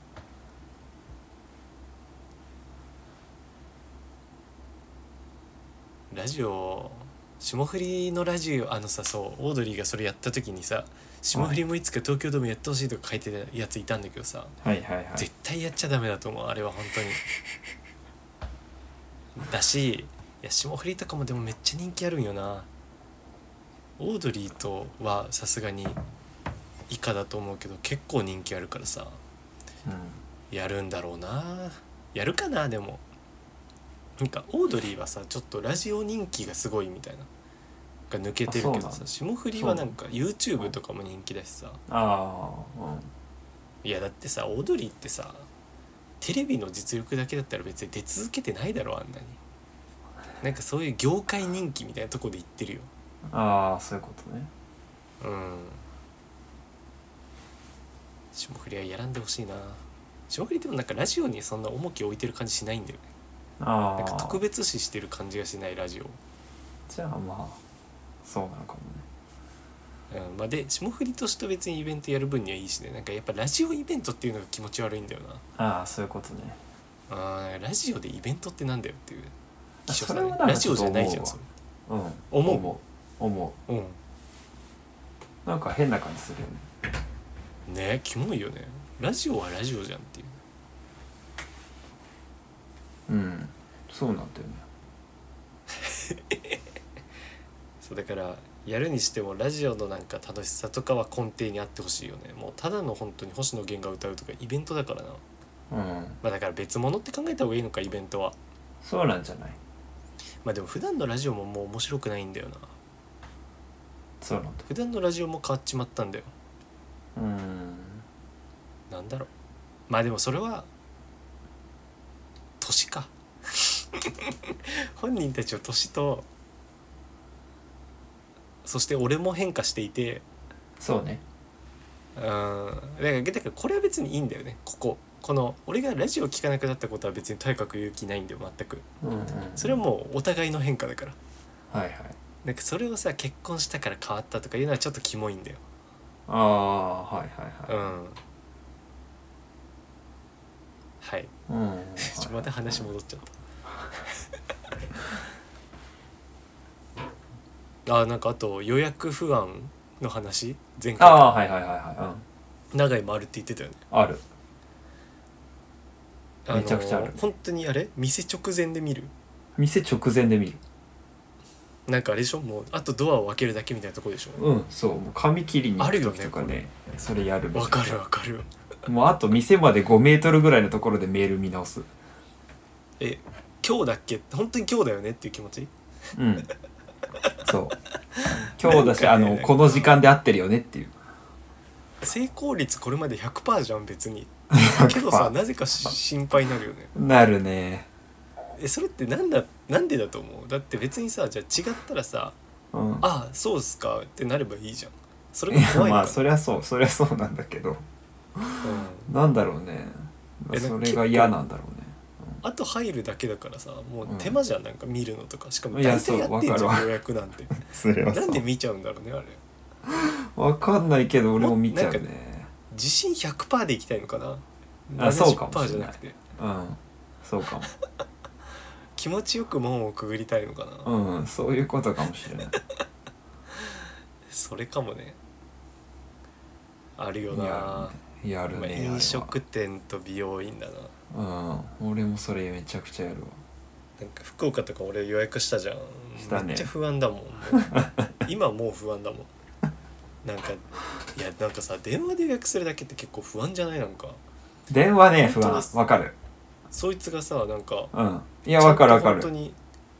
[SPEAKER 1] ラジオ霜降りのラジオあのさそうオードリーがそれやった時にさ霜降りもいつか東京ドームやってほしいとか書いてたやついたんだけどさ、
[SPEAKER 2] はいはいはい
[SPEAKER 1] 絶対やっちゃダメだと思うあれは本当にだしいや霜降りとかもでもめっちゃ人気あるんよなオードリーとはさすがに以下だと思うけど結構人気あるからさやるんだろうなやるかなでもなんかオードリーはさちょっとラジオ人気がすごいみたいなが抜けてるけど
[SPEAKER 2] あそうなん
[SPEAKER 1] さ
[SPEAKER 2] だ
[SPEAKER 1] 霜降りはなんか YouTube とかも人気だしさ
[SPEAKER 2] ああうん
[SPEAKER 1] いやだってさオードリーってさテレビの実力だけだったら別に出続けてないだろあんなになんかそういう業界人気みたいなとこで言ってるよ
[SPEAKER 2] ああそういうことね
[SPEAKER 1] うん霜降りはやらんでほしいな霜降りでもなんかラジオにそんな重きを置いてる感じしないんだよね
[SPEAKER 2] あ
[SPEAKER 1] なんか
[SPEAKER 2] あ
[SPEAKER 1] 特別視してる感じがしないラジオ、
[SPEAKER 2] じゃあまあそうなのかもね
[SPEAKER 1] うんまあ、で霜降りとして別にイベントやる分にはいいしねなんかやっぱラジオイベントっていうのが気持ち悪いんだよ
[SPEAKER 2] ああそういうことね
[SPEAKER 1] なあーラジオでイベントってなんだよっていう
[SPEAKER 2] あ
[SPEAKER 1] 希少
[SPEAKER 2] そ
[SPEAKER 1] さ
[SPEAKER 2] れ
[SPEAKER 1] ね
[SPEAKER 2] はなんか
[SPEAKER 1] ラ
[SPEAKER 2] ち
[SPEAKER 1] ジ
[SPEAKER 2] ょ
[SPEAKER 1] オ
[SPEAKER 2] っと
[SPEAKER 1] じゃ
[SPEAKER 2] 思うわ
[SPEAKER 1] ないじゃんそれ
[SPEAKER 2] うん
[SPEAKER 1] 思う
[SPEAKER 2] 思う思
[SPEAKER 1] うん
[SPEAKER 2] うなんか変な感じするよね
[SPEAKER 1] ねキモいよねラジオはラジオじゃんっていう
[SPEAKER 2] うんそうなんだよね
[SPEAKER 1] そうだからやるにしてもラジオのなんか楽しさとかは根底にあってほしいよねもうただの本当に星野源が歌うとかイベントだからな
[SPEAKER 2] うん
[SPEAKER 1] まあだから別物って考えた方がいいのかイベントは
[SPEAKER 2] そうなんじゃない
[SPEAKER 1] まあでも普段のラジオももう面白くないんだよな
[SPEAKER 2] そうなんだ
[SPEAKER 1] 普段のラジオも変わっちまったんだよ
[SPEAKER 2] うん
[SPEAKER 1] なんだろうまあでもそれは年か 本人たちの年とそして俺も変化していて
[SPEAKER 2] そうね
[SPEAKER 1] うんだからだからこれは別にいいんだよねこここの俺がラジオ聞かなくなったことは別にとにかく言う気ないんだよ全く
[SPEAKER 2] うんうん
[SPEAKER 1] それはもうお互いの変化だから
[SPEAKER 2] はいはい
[SPEAKER 1] なんかそれをさ結婚したから変わったとかいうのはちょっとキモいんだよ
[SPEAKER 2] ああはいは
[SPEAKER 1] う
[SPEAKER 2] い
[SPEAKER 1] ん
[SPEAKER 2] は
[SPEAKER 1] はい
[SPEAKER 2] い うん、うん、
[SPEAKER 1] ちょっとまた話戻っちゃった あなんかあと予約不安の話前
[SPEAKER 2] あ
[SPEAKER 1] 回
[SPEAKER 2] あはいはいはいはい
[SPEAKER 1] 長井もあるって言ってたよね
[SPEAKER 2] うんある
[SPEAKER 1] あの
[SPEAKER 2] めちゃくちゃある
[SPEAKER 1] 本当にあれ店直前で見る
[SPEAKER 2] 店直前で見る
[SPEAKER 1] なんかあれでしょもうあとドアを開けるだけみたいなとこでしょ
[SPEAKER 2] うんそうもう髪切りに行く時とか
[SPEAKER 1] あるよ
[SPEAKER 2] ねそれやるみたい
[SPEAKER 1] わ
[SPEAKER 2] な
[SPEAKER 1] かるわかる
[SPEAKER 2] もうあと店まで5メートルぐらいのところでメール見直す
[SPEAKER 1] え今日だっけ本当に今日だよねっていう気持ち
[SPEAKER 2] うんそう今日だし、
[SPEAKER 1] な
[SPEAKER 2] あ
[SPEAKER 1] んかね
[SPEAKER 2] のこの時間で合ってるよねっていう
[SPEAKER 1] 成功率これまで100%じゃん別 に
[SPEAKER 2] 100%
[SPEAKER 1] けどさなぜかし心配になるよね
[SPEAKER 2] なるね
[SPEAKER 1] えそれってなんだなんでだと思うだって別にさじゃあ違ったらさ
[SPEAKER 2] うん
[SPEAKER 1] ああそうっすかってなればいいじゃんそれ
[SPEAKER 2] い
[SPEAKER 1] が
[SPEAKER 2] や
[SPEAKER 1] 怖いの
[SPEAKER 2] ま
[SPEAKER 1] か
[SPEAKER 2] あそりゃそうそりゃそうなんだけど
[SPEAKER 1] うん
[SPEAKER 2] なんだろうね
[SPEAKER 1] えなん
[SPEAKER 2] そ
[SPEAKER 1] か
[SPEAKER 2] れが嫌なんだろうね
[SPEAKER 1] あと入るだけだからさもう手間じゃん、なんか見るのとかしかも
[SPEAKER 2] いや
[SPEAKER 1] 大体やってんじ
[SPEAKER 2] そうわ
[SPEAKER 1] ゃ
[SPEAKER 2] か
[SPEAKER 1] ん
[SPEAKER 2] る
[SPEAKER 1] 予約 なんて
[SPEAKER 2] それは
[SPEAKER 1] なんで見ちゃうんだろうねあれ
[SPEAKER 2] わかんないけど俺も見ちゃ
[SPEAKER 1] も
[SPEAKER 2] う
[SPEAKER 1] なん
[SPEAKER 2] ね
[SPEAKER 1] 自信100%でいきたいのかな
[SPEAKER 2] あそうかも
[SPEAKER 1] 70%
[SPEAKER 2] し
[SPEAKER 1] じ
[SPEAKER 2] れ
[SPEAKER 1] ゃ
[SPEAKER 2] ない
[SPEAKER 1] なくて
[SPEAKER 2] うんそうか
[SPEAKER 1] 気持ちよく門をくぐりたいのかな、
[SPEAKER 2] もうんそういうことかもしれない
[SPEAKER 1] それかもねあるよ
[SPEAKER 2] いや
[SPEAKER 1] な、
[SPEAKER 2] やる
[SPEAKER 1] まあ
[SPEAKER 2] ね
[SPEAKER 1] 飲食店と美容院だな
[SPEAKER 2] あれはうん俺もそれめちゃくちゃやるわ
[SPEAKER 1] なんか福岡とか俺予約したじゃん、
[SPEAKER 2] したね
[SPEAKER 1] めっちゃ不安 だもんもう今もう不安だもんなんかいやなんかさ電話で予約するだけって結構不安じゃないなんか
[SPEAKER 2] 電話ね不
[SPEAKER 1] 本当で
[SPEAKER 2] 安
[SPEAKER 1] す
[SPEAKER 2] わかる
[SPEAKER 1] そいつがさなんか
[SPEAKER 2] うんいやわかるわか
[SPEAKER 1] ちゃんと本当
[SPEAKER 2] る
[SPEAKER 1] に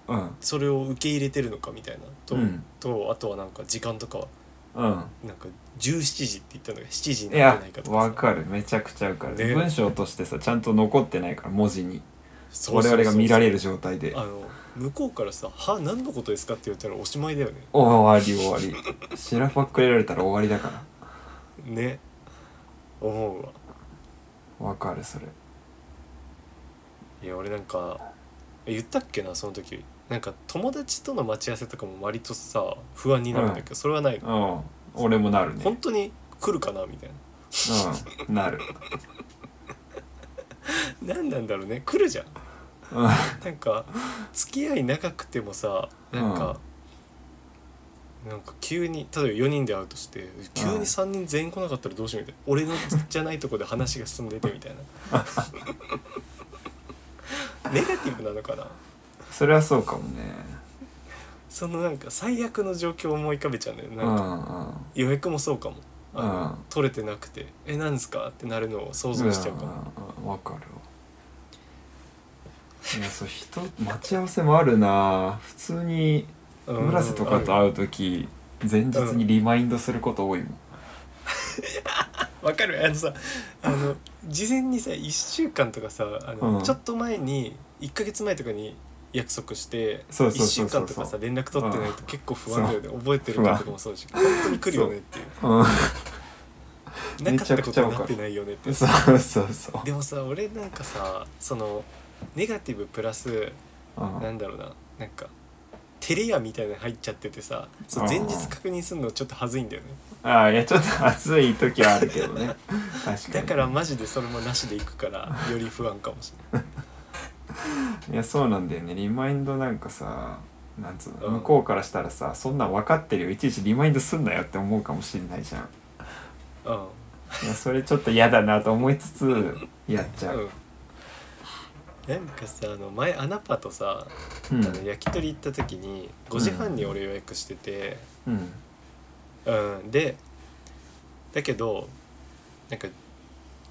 [SPEAKER 2] うん
[SPEAKER 1] それを受け入れてるのかみたいなと、
[SPEAKER 2] うん
[SPEAKER 1] とあとはなんか時間とかは
[SPEAKER 2] うん
[SPEAKER 1] なんか17時って言ったのが7時に
[SPEAKER 2] い
[SPEAKER 1] なっ
[SPEAKER 2] や
[SPEAKER 1] てないかとかさ
[SPEAKER 2] わかるめちゃくちゃわかる、
[SPEAKER 1] ね
[SPEAKER 2] 文章としてさちゃんと残ってないから文字に
[SPEAKER 1] そう
[SPEAKER 2] 我
[SPEAKER 1] そうそうそう
[SPEAKER 2] 々が見られる状態で
[SPEAKER 1] あの向こうからさ「は何のことですか?」って言ったらおしまいだよね
[SPEAKER 2] 終わり終わりしらばっくれられたら終わりだか
[SPEAKER 1] ね思うわ
[SPEAKER 2] らわかるそれ
[SPEAKER 1] いや俺なんかえ言ったっけなその時なんか友達との待ち合わせとかも割とさ不安になるんだけど、それはないの
[SPEAKER 2] うん俺もなるね
[SPEAKER 1] 本当に来るかなみたい
[SPEAKER 2] うんなる
[SPEAKER 1] な何なんだろうね来るじゃん
[SPEAKER 2] うん
[SPEAKER 1] なんか付き合い長くてもさなんか、なんか急に例えば4人で会うとして急に3人全員来なかったらどうしようみたいな俺のじゃないとこで話が進んでてみたいな ネガティブなのかな
[SPEAKER 2] それはそうかもね
[SPEAKER 1] そのなんか最悪の状況を思い浮かべちゃうんだよね
[SPEAKER 2] う
[SPEAKER 1] なんか
[SPEAKER 2] んうん
[SPEAKER 1] 予約もそうかもあの、
[SPEAKER 2] うん
[SPEAKER 1] 取れてなくて「えなんですか?」ってなるのを想像しちゃうかも、
[SPEAKER 2] うんうんわかるわいやそう人待ち合わせもあるな普通に
[SPEAKER 1] うん
[SPEAKER 2] 村瀬とかと
[SPEAKER 1] あ
[SPEAKER 2] 会う時前日にリマインドすること多いもん
[SPEAKER 1] るわかるあのさあの事前にさ1週間とかさあの、
[SPEAKER 2] うん
[SPEAKER 1] ちょっと前に1ヶ月前とかに約束して
[SPEAKER 2] そう
[SPEAKER 1] 1
[SPEAKER 2] そうそ
[SPEAKER 1] 週
[SPEAKER 2] うそう
[SPEAKER 1] 間とかさ連絡取ってないと結構不安だよね覚えてる
[SPEAKER 2] 不
[SPEAKER 1] か
[SPEAKER 2] 安
[SPEAKER 1] とかもそうだし本当に来るよねっていう
[SPEAKER 2] うんめ
[SPEAKER 1] なか
[SPEAKER 2] ち
[SPEAKER 1] っ
[SPEAKER 2] ゃ
[SPEAKER 1] たこ
[SPEAKER 2] くちゃ
[SPEAKER 1] と
[SPEAKER 2] わ
[SPEAKER 1] に
[SPEAKER 2] かる
[SPEAKER 1] なってないよねって
[SPEAKER 2] そうそうそう
[SPEAKER 1] でもさ俺なんかさそのネガティブプラス
[SPEAKER 2] うん
[SPEAKER 1] なんだろうななんか照れ屋みたいなの入っちゃっててさそう
[SPEAKER 2] うん
[SPEAKER 1] 前日確認するのちょっと恥ずいんだよね
[SPEAKER 2] ああいやちょっと暑い時はあるけど ね確かに
[SPEAKER 1] だからマジでそれもなしでいくからより不安かもしれない
[SPEAKER 2] いやそうなんだよねリマインドなんかさなんつうの、
[SPEAKER 1] うん
[SPEAKER 2] 向こうからしたらさそんなん分かってるよいちいちリマインドすんなよって思うかもしんないじゃん
[SPEAKER 1] うん
[SPEAKER 2] いやそれちょっと嫌だなと思いつつやっちゃ
[SPEAKER 1] う、
[SPEAKER 2] うん
[SPEAKER 1] なんかさあの前アナパとさ、
[SPEAKER 2] うん
[SPEAKER 1] あの焼き鳥行った時に5時半に俺予約してて、
[SPEAKER 2] うん
[SPEAKER 1] うんでだけどなんか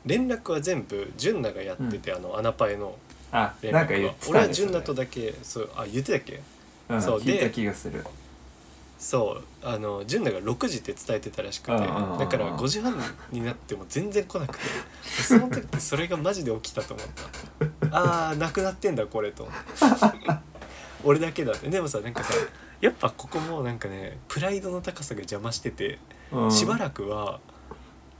[SPEAKER 1] 連絡は全部純奈がやってて、あのアナパへの
[SPEAKER 2] あ
[SPEAKER 1] 連
[SPEAKER 2] なんか
[SPEAKER 1] 絡
[SPEAKER 2] 言
[SPEAKER 1] は
[SPEAKER 2] ってた
[SPEAKER 1] 俺は
[SPEAKER 2] ね
[SPEAKER 1] 純奈
[SPEAKER 2] そ
[SPEAKER 1] と
[SPEAKER 2] れ
[SPEAKER 1] だけそうあ言ってたっけ
[SPEAKER 2] うん、
[SPEAKER 1] そう
[SPEAKER 2] 聞いた
[SPEAKER 1] で
[SPEAKER 2] 気がする
[SPEAKER 1] そうあの純奈が6時って伝えてたらしくて
[SPEAKER 2] う
[SPEAKER 1] だ
[SPEAKER 2] んうんうん
[SPEAKER 1] から5時半になっても全然来なくてその時それがマジで起きたと思った あーなくなってんだこれと思 って俺だけだってでもさなんかさやっぱここもなんかねプライドの高さが邪魔してて
[SPEAKER 2] うん
[SPEAKER 1] しばらくは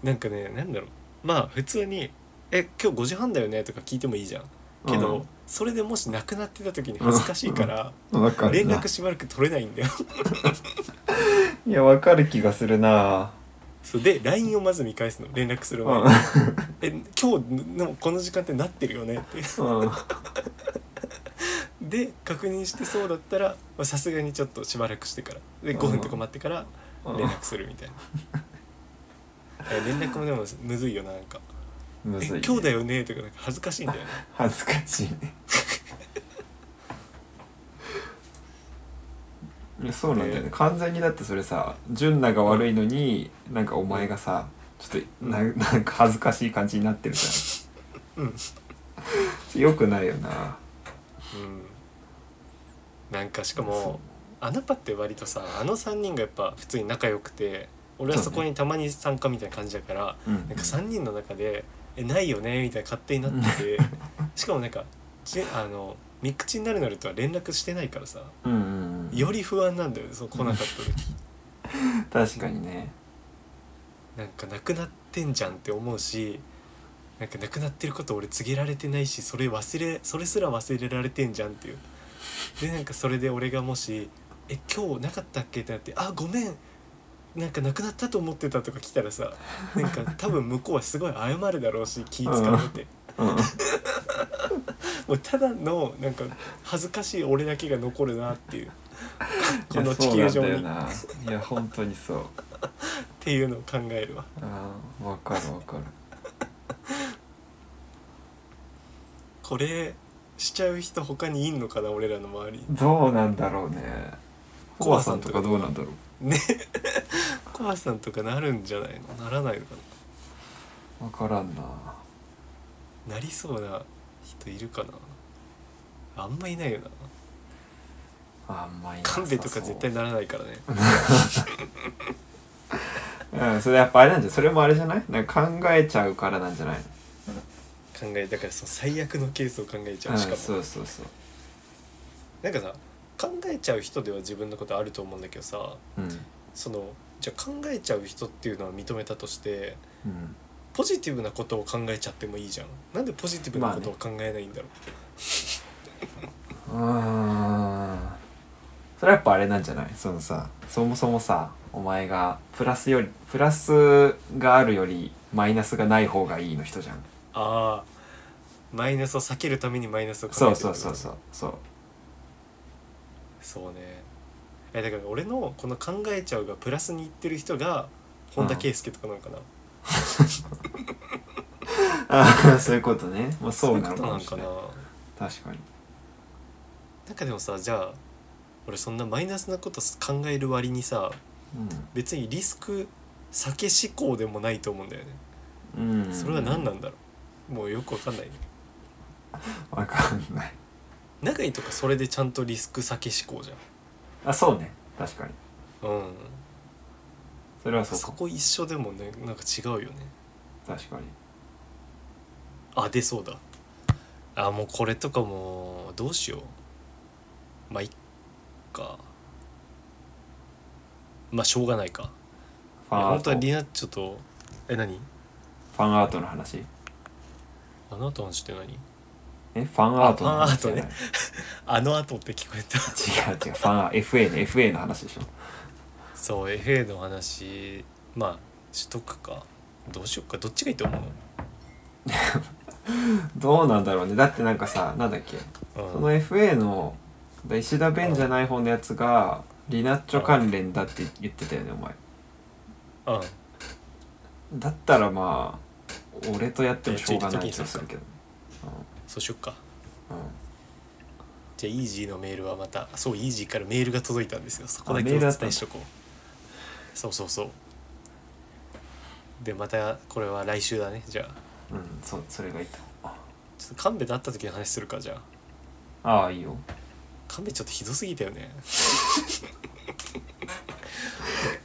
[SPEAKER 1] なんかねなんだろうまあ普通に「え今日5時半だよね」とか聞いてもいいじゃんけど、
[SPEAKER 2] うん
[SPEAKER 1] それでもしなくなってた時に恥ずかしいから
[SPEAKER 2] わかる
[SPEAKER 1] 連
[SPEAKER 2] な
[SPEAKER 1] 絡しばらく取れないんだよ
[SPEAKER 2] いやわかる気がするな
[SPEAKER 1] そうで LINE をまず見返すの連絡する
[SPEAKER 2] うん
[SPEAKER 1] 前に「え今日のこの時間ってなってるよね」って
[SPEAKER 2] うん
[SPEAKER 1] で確認してそうだったらまあさすがにちょっとしばらくしてからで
[SPEAKER 2] うん
[SPEAKER 1] 5分とか待ってから
[SPEAKER 2] うん
[SPEAKER 1] 連絡するみた いな。え連絡もでもむずいよななんか「
[SPEAKER 2] む
[SPEAKER 1] え
[SPEAKER 2] ずい、ね、
[SPEAKER 1] 今日だよね」とかなんか恥ずかしいんだよね。
[SPEAKER 2] 恥ずかしいねいやそうなんだよね、
[SPEAKER 1] ね
[SPEAKER 2] 完全にだってそれさ純奈が悪いのになんかお前がさちょっとななんか恥ずかしい感じになってるじゃん、よくないよな
[SPEAKER 1] うんなんかしかもアナパって割とさあの3人がやっぱ普通に仲良くて俺はそこにたまに参加みたいな感じだから、
[SPEAKER 2] うんうん
[SPEAKER 1] なんか3人の中で「えないよね」みたいな勝手になっててしかもなんかちあの三口になるなるとは連絡してないからさ
[SPEAKER 2] うんうんうん
[SPEAKER 1] より不安なんだよねそう来なかった時
[SPEAKER 2] 確かにね
[SPEAKER 1] なんかなくなってんじゃんって思うしなんかなくなってること俺告げられてないしそれ忘れそれすら忘れられてんじゃんっていうでなんかそれで俺がもし「え今日なかったっけ?」ってなって「あごめんなんかなくなったと思ってた」とか来たらさなんか多分向こうはすごい謝るだろうし気使われて
[SPEAKER 2] うん
[SPEAKER 1] もうただのなんか恥ずかしい俺だけが残るなって いうこの地
[SPEAKER 2] い
[SPEAKER 1] 球
[SPEAKER 2] やそ
[SPEAKER 1] 上
[SPEAKER 2] うなん
[SPEAKER 1] にっ
[SPEAKER 2] だよないや本当にそう
[SPEAKER 1] ていうのを考えるわ
[SPEAKER 2] あーわかるわかる
[SPEAKER 1] これしちゃう人他にいんのかな俺らの周りに
[SPEAKER 2] どうなんだろうねコ
[SPEAKER 1] コア
[SPEAKER 2] アさ
[SPEAKER 1] さ
[SPEAKER 2] ん
[SPEAKER 1] ん
[SPEAKER 2] と
[SPEAKER 1] と
[SPEAKER 2] か
[SPEAKER 1] か
[SPEAKER 2] どうなんだろう
[SPEAKER 1] ねコアさんとかなるんじゃないのならないのか
[SPEAKER 2] わからんな
[SPEAKER 1] ななりそうな人いるかなあんまいないよな
[SPEAKER 2] あんまりなさそう
[SPEAKER 1] 神戸とか絶対ならないからね
[SPEAKER 2] うんそれやっぱあれなんじゃそれもあれじゃないなんか考えちゃうからなんじゃない
[SPEAKER 1] 考えだからその最悪のケースを考えちゃ
[SPEAKER 2] うん
[SPEAKER 1] うしか
[SPEAKER 2] そ
[SPEAKER 1] も
[SPEAKER 2] うそうそう
[SPEAKER 1] なんかさ考えちゃう人では自分のことあると思うんだけどさ
[SPEAKER 2] うん
[SPEAKER 1] そのじゃあ考えちゃう人っていうのは認めたとして
[SPEAKER 2] うん
[SPEAKER 1] ポジティブなことを考えちゃってもいいじゃんなんでポジティブなことを考えないんだろう、
[SPEAKER 2] うーんそれはやっぱあれなんじゃないそのさそもそもさお前がプラスよりプラスがあるよりマイナスがない方がいいの人じゃん
[SPEAKER 1] ああマイナスを避けるためにマイナスを考えて
[SPEAKER 2] そ
[SPEAKER 1] る
[SPEAKER 2] うそうそうそうそう
[SPEAKER 1] そうねえだから俺のこの「考えちゃう」がプラスにいってる人が本田圭佑とかなんかな、
[SPEAKER 2] ああそういうことね、まあ、そうなのか
[SPEAKER 1] な
[SPEAKER 2] も
[SPEAKER 1] ん
[SPEAKER 2] し
[SPEAKER 1] か
[SPEAKER 2] れ
[SPEAKER 1] な
[SPEAKER 2] ない確かに
[SPEAKER 1] なんかでもさじゃあ俺そんなマイナスなこと考える割にさ別にリスク避け志向でもないと思うんだよね
[SPEAKER 2] うん、うん、
[SPEAKER 1] それは何なんだろうもうよくわかんない
[SPEAKER 2] わかんない
[SPEAKER 1] 長井とかそれでちゃんとリスク避け志向じ
[SPEAKER 2] あそうね確かに
[SPEAKER 1] ゃんうん
[SPEAKER 2] それはそう
[SPEAKER 1] そ
[SPEAKER 2] かも
[SPEAKER 1] こ一緒でもねなんか違うよね
[SPEAKER 2] 確かに
[SPEAKER 1] あ出そうだあもうこれとかもどうしようまあいっかまあしょうがないか
[SPEAKER 2] ファンア
[SPEAKER 1] 本
[SPEAKER 2] ー
[SPEAKER 1] 当
[SPEAKER 2] ト
[SPEAKER 1] は
[SPEAKER 2] フ
[SPEAKER 1] リナッチョとえ何
[SPEAKER 2] ァンアートの話
[SPEAKER 1] あの後の話って何
[SPEAKER 2] えファンアートの話
[SPEAKER 1] あファンアートね
[SPEAKER 2] じゃない
[SPEAKER 1] あの後って聞こえ た
[SPEAKER 2] 違う違うファンア FA の FA の話でしょ
[SPEAKER 1] そう FA の話まあしとくかどうしよっかどっちがいいと思
[SPEAKER 2] どうなんだろうねだってなんかさなんだっけ
[SPEAKER 1] う、うん、
[SPEAKER 2] その FA の石田弁じゃない方のやつがリナッチョ関連だって言ってたよねお前
[SPEAKER 1] うん
[SPEAKER 2] だったらまあ俺とやってもしょうがない
[SPEAKER 1] え
[SPEAKER 2] 気がするけどね
[SPEAKER 1] そうしよっか
[SPEAKER 2] うんうん
[SPEAKER 1] じゃあイージーのメールはまたそうイージーからメールが届いたんですよそこだけ
[SPEAKER 2] あメ
[SPEAKER 1] お
[SPEAKER 2] ール
[SPEAKER 1] 伝
[SPEAKER 2] だったん
[SPEAKER 1] え
[SPEAKER 2] だ
[SPEAKER 1] しとこうそうそうそうでまたこれは来週だねじゃあ
[SPEAKER 2] うんそうそれがいいと
[SPEAKER 1] ちょっと神戸と会った時の話するかじゃあ
[SPEAKER 2] ああいいよ
[SPEAKER 1] 神戸ちょっとひどすぎたよね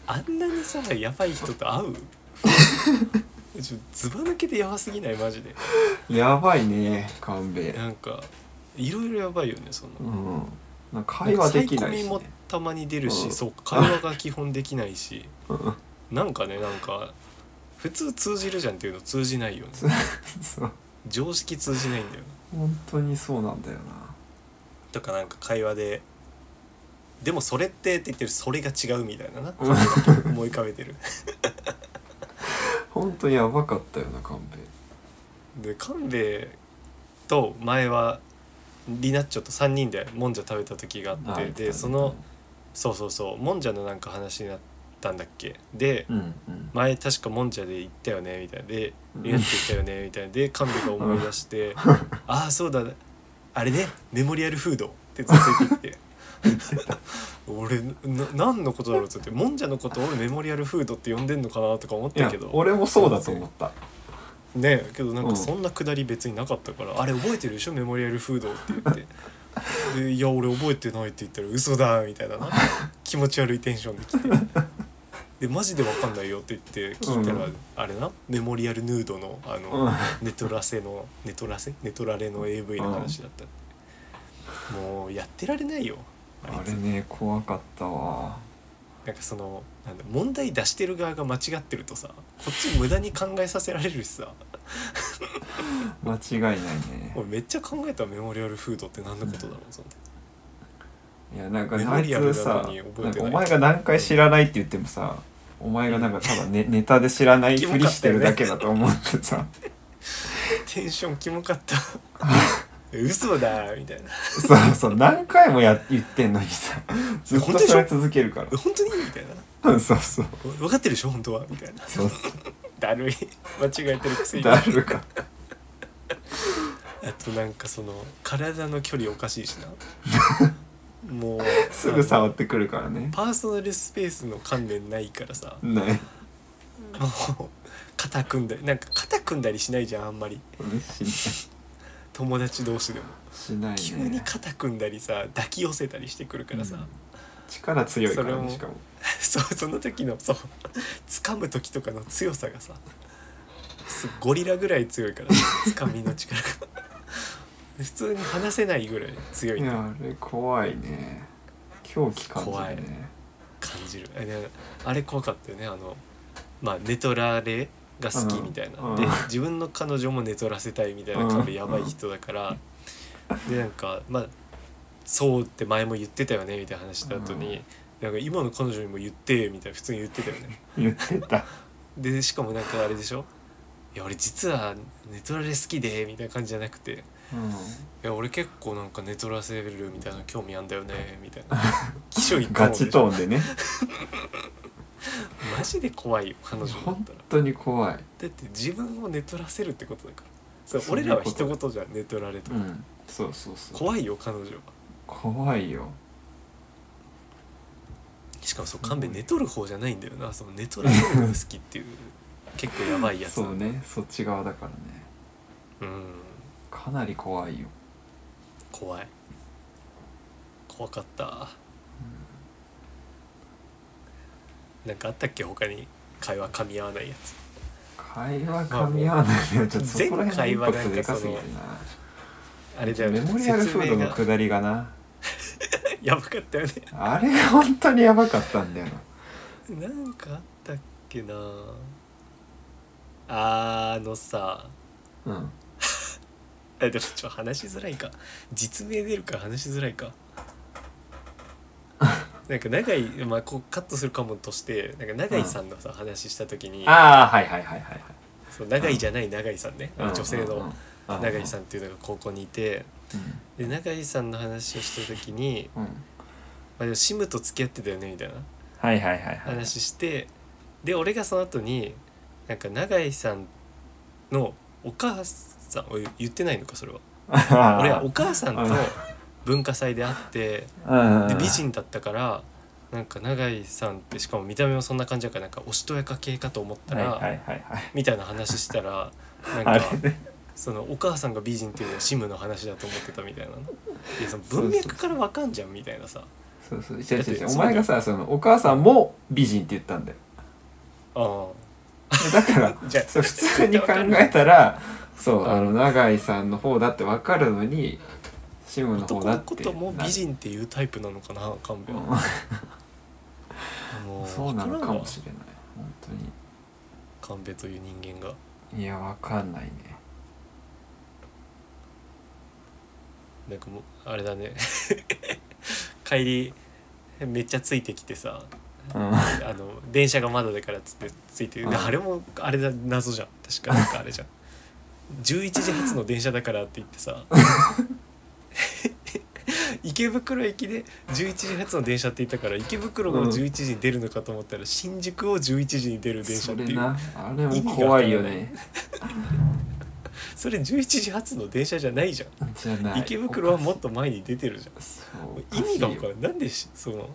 [SPEAKER 1] あんなにさやばい人と会うちょずば抜けてやばすぎないマジで
[SPEAKER 2] やばいね勘弁
[SPEAKER 1] なんかいろいろやばいよねその
[SPEAKER 2] うんなんか会話できない
[SPEAKER 1] サイコ
[SPEAKER 2] し、
[SPEAKER 1] ミも
[SPEAKER 2] ね、
[SPEAKER 1] たまに出るし、
[SPEAKER 2] うん
[SPEAKER 1] そう会話が基本できないし
[SPEAKER 2] うん
[SPEAKER 1] なんかねなんか普通通じるじゃんっていうの通じないよね
[SPEAKER 2] そうそう
[SPEAKER 1] 常識通じないんだよな
[SPEAKER 2] 本当にそうなんだよな
[SPEAKER 1] とかなんか会話で「でもそれって」って言ってる「それが違う」みたいなな
[SPEAKER 2] うん
[SPEAKER 1] 思い浮かべてる
[SPEAKER 2] 本当にやばかったよな勘弁
[SPEAKER 1] で神戸と前はリナッチョと3人でもんじゃ食べた時があっ
[SPEAKER 2] あ
[SPEAKER 1] て
[SPEAKER 2] 言ってた
[SPEAKER 1] で
[SPEAKER 2] ね
[SPEAKER 1] そのそうそうそうもんじゃのなんか話になったんだっけで
[SPEAKER 2] うんうん
[SPEAKER 1] 前確かもんじゃで行ったよねみたいなで
[SPEAKER 2] うん
[SPEAKER 1] リナッチョ行ったよねみたいなで神戸が思い出して「ああそうだあれねメモリアルフード」って連れてきて。 俺な何のことだろうっつってもんじゃのことを俺メモリアルフードって呼んでんのかなとか思っ
[SPEAKER 2] い
[SPEAKER 1] た
[SPEAKER 2] や
[SPEAKER 1] けど
[SPEAKER 2] 俺もそうだと思った
[SPEAKER 1] ねえけどなん
[SPEAKER 2] う
[SPEAKER 1] か
[SPEAKER 2] ん
[SPEAKER 1] そんなくだり別になかったから「あれ覚えてるでしょメモリアルフード」って言って「でいや俺覚えてない」って言ったら「嘘だ」みたいなな気持ち悪いテンションで来て「でマジでわかんないよ」って言って聞いたら、
[SPEAKER 2] うん
[SPEAKER 1] あれなメモリアルヌードのあ
[SPEAKER 2] う
[SPEAKER 1] の、
[SPEAKER 2] ん
[SPEAKER 1] ネトラセのネトラセネトラレの AV の話だったって、もうやってられないよあ
[SPEAKER 2] あ
[SPEAKER 1] いつ
[SPEAKER 2] れね怖かったわ
[SPEAKER 1] なんかそのなんだ問題出してる側が間違ってるとさこっち無駄に考えさせられるしさ
[SPEAKER 2] 間違いないね
[SPEAKER 1] 俺めっちゃ考えたメモリアルフードって何のことだろうその
[SPEAKER 2] いやなんか
[SPEAKER 1] メモ
[SPEAKER 2] あい
[SPEAKER 1] リアル
[SPEAKER 2] つ
[SPEAKER 1] なの
[SPEAKER 2] さ
[SPEAKER 1] に覚
[SPEAKER 2] な
[SPEAKER 1] え
[SPEAKER 2] ん
[SPEAKER 1] て
[SPEAKER 2] か
[SPEAKER 1] ない
[SPEAKER 2] お前が何回知らないって言ってもさお前がなんかただネネタで知らないふりしてるだけだと思ってさ
[SPEAKER 1] テンションキモかった 嘘だみたいな
[SPEAKER 2] そうそう何回もや言ってんのにさずっとそれ続けるから
[SPEAKER 1] え本当にみたいな
[SPEAKER 2] うん そうそう
[SPEAKER 1] 分かってるでしょ本当はみたいな
[SPEAKER 2] そう
[SPEAKER 1] だるい間違えてるくせに
[SPEAKER 2] だ
[SPEAKER 1] あ
[SPEAKER 2] るか
[SPEAKER 1] となんかその体の距離おかしいしなもう
[SPEAKER 2] すぐ触ってくるからね
[SPEAKER 1] パーソナルスペースの観念ないからさ
[SPEAKER 2] ない
[SPEAKER 1] もう肩組んだりなんか肩組んだりしないじゃんあんまり
[SPEAKER 2] し
[SPEAKER 1] 友達同士でも
[SPEAKER 2] ないし
[SPEAKER 1] 急
[SPEAKER 2] ない
[SPEAKER 1] に
[SPEAKER 2] ね
[SPEAKER 1] 肩組んだりさ抱き寄せたりしてくるからさ、
[SPEAKER 2] うん力強いから
[SPEAKER 1] それも
[SPEAKER 2] ねしかも
[SPEAKER 1] そうその時のそう掴む時とかの強さがさすゴリラぐらい強いから掴みの力が 普通に話せないぐらい強い
[SPEAKER 2] い
[SPEAKER 1] 感
[SPEAKER 2] やあれ怖いね狂気感じ
[SPEAKER 1] 怖い
[SPEAKER 2] るね
[SPEAKER 1] じるあれあれ怖かったよねあのまあネトラレが好きみたいな、
[SPEAKER 2] うんうん
[SPEAKER 1] で自分の彼女も寝取らせたいみたいな感じでやばい人だから、でなんかまあそうって前も言ってたよねみたいな話した後に、なんか今の彼女にも言ってみたいな普通に言ってたよね
[SPEAKER 2] 言ってた
[SPEAKER 1] でしかもなんかあれでしょいや俺実はネトラレ好きでみたいな感じじゃなくていや俺結構なんか寝取らせるみたいな興味あんだよねみた いな気象一個
[SPEAKER 2] ガ
[SPEAKER 1] も
[SPEAKER 2] チトーンでね
[SPEAKER 1] マジで怖いよ彼女だったら
[SPEAKER 2] 本当に怖い、
[SPEAKER 1] だって自分を寝取らせるってことだからそう
[SPEAKER 2] そう
[SPEAKER 1] 俺
[SPEAKER 2] いう
[SPEAKER 1] らは
[SPEAKER 2] こと
[SPEAKER 1] 一言じゃん寝取られと
[SPEAKER 2] う
[SPEAKER 1] か、
[SPEAKER 2] ん、そうそうそう
[SPEAKER 1] 怖いよ彼女は
[SPEAKER 2] 怖いよ
[SPEAKER 1] しかもそう
[SPEAKER 2] うん
[SPEAKER 1] 勘弁寝取る方じゃないんだよなその寝取らせるのが好きっていう結構やばいやつ
[SPEAKER 2] そうねそっち側だからね
[SPEAKER 1] うん
[SPEAKER 2] かなり怖いよ
[SPEAKER 1] 怖い怖かった、なんかあったっけ他に会話噛み合わないやつ
[SPEAKER 2] 会話噛み合わないね、ちょっとそこら
[SPEAKER 1] 前
[SPEAKER 2] 辺
[SPEAKER 1] 回
[SPEAKER 2] イン
[SPEAKER 1] は
[SPEAKER 2] パ
[SPEAKER 1] なんかその
[SPEAKER 2] クトでかすぎるな
[SPEAKER 1] あれだよね
[SPEAKER 2] メモリアルフードの
[SPEAKER 1] 説明が
[SPEAKER 2] 下りがな
[SPEAKER 1] やばかったよね
[SPEAKER 2] あれが本当にやばかったんだよな
[SPEAKER 1] なんかあったっけなあのさ
[SPEAKER 2] うん
[SPEAKER 1] あでもちょっと話しづらいか実名出るから話しづらいかなんか永井、まあ、こうカットするかもとしてなんか永井さんのさ、話した時に
[SPEAKER 2] ああはいはいはいはい
[SPEAKER 1] そう永井じゃない永井さんね、あ
[SPEAKER 2] は
[SPEAKER 1] の
[SPEAKER 2] い
[SPEAKER 1] 女性の永井
[SPEAKER 2] ん
[SPEAKER 1] さんっていうのが高校にいてで永井さんの話をした時に
[SPEAKER 2] うん、う
[SPEAKER 1] 「
[SPEAKER 2] ん
[SPEAKER 1] まあ、でもシムと付き合ってたよね」みたいな
[SPEAKER 2] はいはいはいはい
[SPEAKER 1] 話してで俺がその後になんか永井さんのお母さんお言ってないのかそれは俺はお母さんと文化祭で会って
[SPEAKER 2] うん
[SPEAKER 1] で美人だったからなんか永井さんってしかも見た目もそんな感じだからなんかおしとやか系かと思った
[SPEAKER 2] はいはいは
[SPEAKER 1] ら
[SPEAKER 2] いはい
[SPEAKER 1] みたいな話したらなんか
[SPEAKER 2] あれね
[SPEAKER 1] そのお母さんが美人っていうのはシムの話だと思ってたみたいなのいやその文脈からわかんじゃんみたいなさ
[SPEAKER 2] そうそう違う違う違
[SPEAKER 1] だって
[SPEAKER 2] うお前がさそのお母さんも美人って言ったんだよ
[SPEAKER 1] あ
[SPEAKER 2] だから
[SPEAKER 1] あじゃあ
[SPEAKER 2] そう普通に考えたらそうあの永井さんの方だって分かるのにシムの方
[SPEAKER 1] 男
[SPEAKER 2] だ
[SPEAKER 1] の
[SPEAKER 2] っ
[SPEAKER 1] こ
[SPEAKER 2] て
[SPEAKER 1] とも美人っていうタイプなのかな勘
[SPEAKER 2] う
[SPEAKER 1] 弁
[SPEAKER 2] ん
[SPEAKER 1] も
[SPEAKER 2] そうなのかも
[SPEAKER 1] わ
[SPEAKER 2] しれない本
[SPEAKER 1] からんわ勘弁という人間が
[SPEAKER 2] 当にいや分かんないね
[SPEAKER 1] なんかもうあれだね 帰りめっちゃついてきてさ
[SPEAKER 2] うん
[SPEAKER 1] あの電車が窓だからっつってついて、
[SPEAKER 2] うん
[SPEAKER 1] あれもあれだ謎じゃん確かなんかあれじゃん11時発の電車だからって言ってさ 池袋駅で11時発の電車って言ったから池袋が11時に出るのかと思ったら、新宿を11時に出る電車
[SPEAKER 2] そ
[SPEAKER 1] って
[SPEAKER 2] れ
[SPEAKER 1] いう
[SPEAKER 2] なあれも怖いよね
[SPEAKER 1] それ11時発の電車じゃないじゃん
[SPEAKER 2] じゃない
[SPEAKER 1] 池袋はもっと前に出てるじゃん
[SPEAKER 2] そうおかし
[SPEAKER 1] 意味
[SPEAKER 2] いよ
[SPEAKER 1] が分からんないなんでしその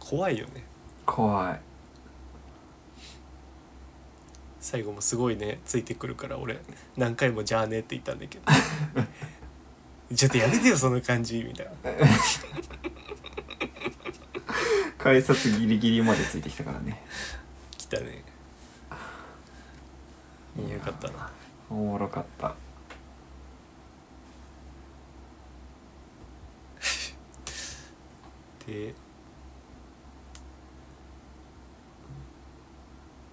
[SPEAKER 1] 怖いよね
[SPEAKER 2] 怖い
[SPEAKER 1] 最後もすごいねついてくるから俺何回も「じゃあね」って言ったんだけど「 ちょっとやめてよその感じ」みたいな
[SPEAKER 2] 改札ギリギリまでついてきたからね
[SPEAKER 1] 来たね
[SPEAKER 2] いや
[SPEAKER 1] よかったな
[SPEAKER 2] おもろかった
[SPEAKER 1] で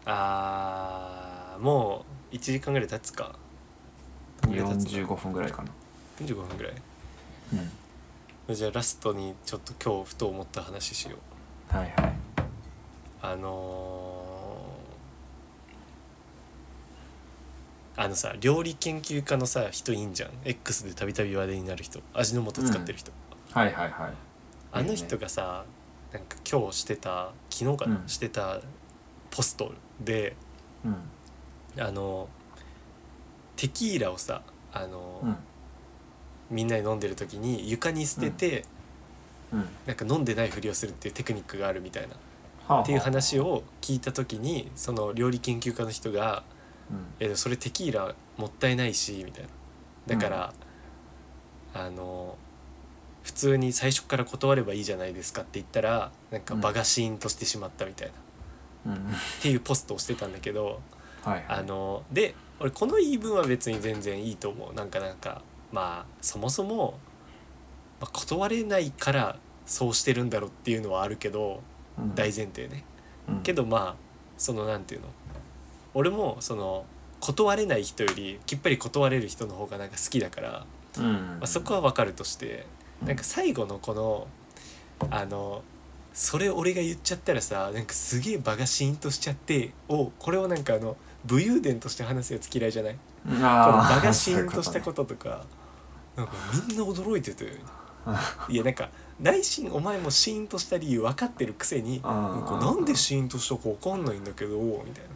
[SPEAKER 1] あーもう1時間ぐらい経つか
[SPEAKER 2] 45分ぐらいかな
[SPEAKER 1] 45分ぐらい
[SPEAKER 2] うん
[SPEAKER 1] じゃあラストにちょっと今日ふと思った話しよう
[SPEAKER 2] はいはい
[SPEAKER 1] あのーあのさ料理研究家のさ人いいんじゃん X でたびたび話題になる人味の素使ってる人、
[SPEAKER 2] はいはいはい
[SPEAKER 1] あの人がさなんか今日してた昨日かな、
[SPEAKER 2] うん
[SPEAKER 1] してたポストで
[SPEAKER 2] うん
[SPEAKER 1] あのテキーラをさあの、
[SPEAKER 2] うん
[SPEAKER 1] みんなで飲んでる時に床に捨てて、
[SPEAKER 2] うんは
[SPEAKER 1] なんか飲んでないふりをするっていうテクニックがあるみたいな
[SPEAKER 2] あはあ
[SPEAKER 1] っていう話を聞いた時にその料理研究家の人が
[SPEAKER 2] うん
[SPEAKER 1] えそれテキーラもったいないしみたいなだから、あの普通に最初から断ればいいじゃないですかって言ったらなんか
[SPEAKER 2] うん
[SPEAKER 1] 場がシーンとしてしまったみたいな、
[SPEAKER 2] うん
[SPEAKER 1] っていうポストをしてたんだけど
[SPEAKER 2] はいはい
[SPEAKER 1] あので俺この言い分は別に全然いいと思うなんかなんかまあそもそも、まあ断れないからそうしてるんだろうっていうのはあるけど
[SPEAKER 2] うん
[SPEAKER 1] 大前提ね。
[SPEAKER 2] うん
[SPEAKER 1] けどまあそのなんていうの俺もその断れない人よりきっぱり断れる人の方がなんか好きだから、ま
[SPEAKER 2] うんうん
[SPEAKER 1] あ、そこは分かるとして
[SPEAKER 2] うん
[SPEAKER 1] なんか最後のこのあの「それ俺が言っちゃったらさなんかすげえ場がシーンとしちゃって」をこれをなんかあの武勇伝として話すやつ嫌いじゃないこの
[SPEAKER 2] あー
[SPEAKER 1] 場がシーンとした
[SPEAKER 2] そういうこ
[SPEAKER 1] こととかなんかみんな驚いてていやなんか内心お前もシーンとした理由分かってるくせに
[SPEAKER 2] あー
[SPEAKER 1] なんかなんでシーンとしたか分かんないんだけどみたいな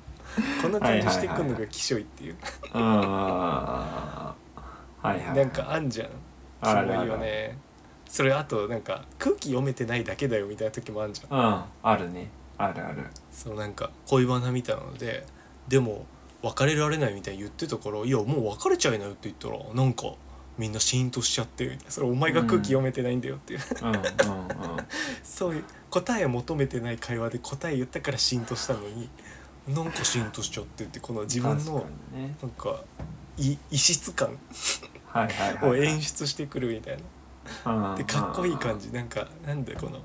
[SPEAKER 1] こんな感じしてくんのがきしょいっていう
[SPEAKER 2] とねうんうんうんうんうんはいはい
[SPEAKER 1] なんかあんじゃんキ
[SPEAKER 2] あるある
[SPEAKER 1] モいよねそれあとなんか空気読めてないだけだよみたいな時もあんじゃん
[SPEAKER 2] うんあるねあるある
[SPEAKER 1] そのなんか恋バナみたいなのででも別れられないみたいに言ってたから「いやもう別れちゃいなよ」って言ったらなんかみんなシーンとしちゃってみたいなそれお前が空気読めてないんだよっていう、
[SPEAKER 2] うんうんうん
[SPEAKER 1] そういう答え求めてない会話で答え言ったからシーンとしたのになんかシーンとしちゃってってこの自分の
[SPEAKER 2] 確かにね
[SPEAKER 1] なんかい異質感
[SPEAKER 2] はいはいはい
[SPEAKER 1] を
[SPEAKER 2] はい
[SPEAKER 1] 演出してくるみたいな。
[SPEAKER 2] うんうん
[SPEAKER 1] でかっこいい感じなんかなんだこの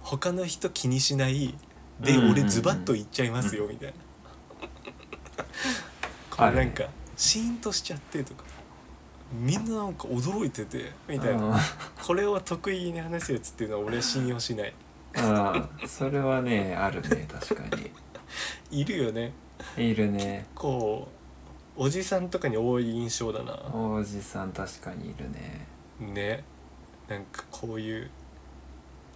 [SPEAKER 1] 他の人気にしないで
[SPEAKER 2] うんうんうん
[SPEAKER 1] 俺ズバッと言っちゃいますよみ たいなこれなんかシーンとしちゃってとかみんななんか驚いててみたいなこれを得意に話すやつっていうのは俺は信用しない
[SPEAKER 2] うんうんそれはねあるね確か
[SPEAKER 1] いるよね
[SPEAKER 2] にいるね
[SPEAKER 1] こうおじさんとかに多い印象だな
[SPEAKER 2] おじさん確かにいるね
[SPEAKER 1] ねなんかこういう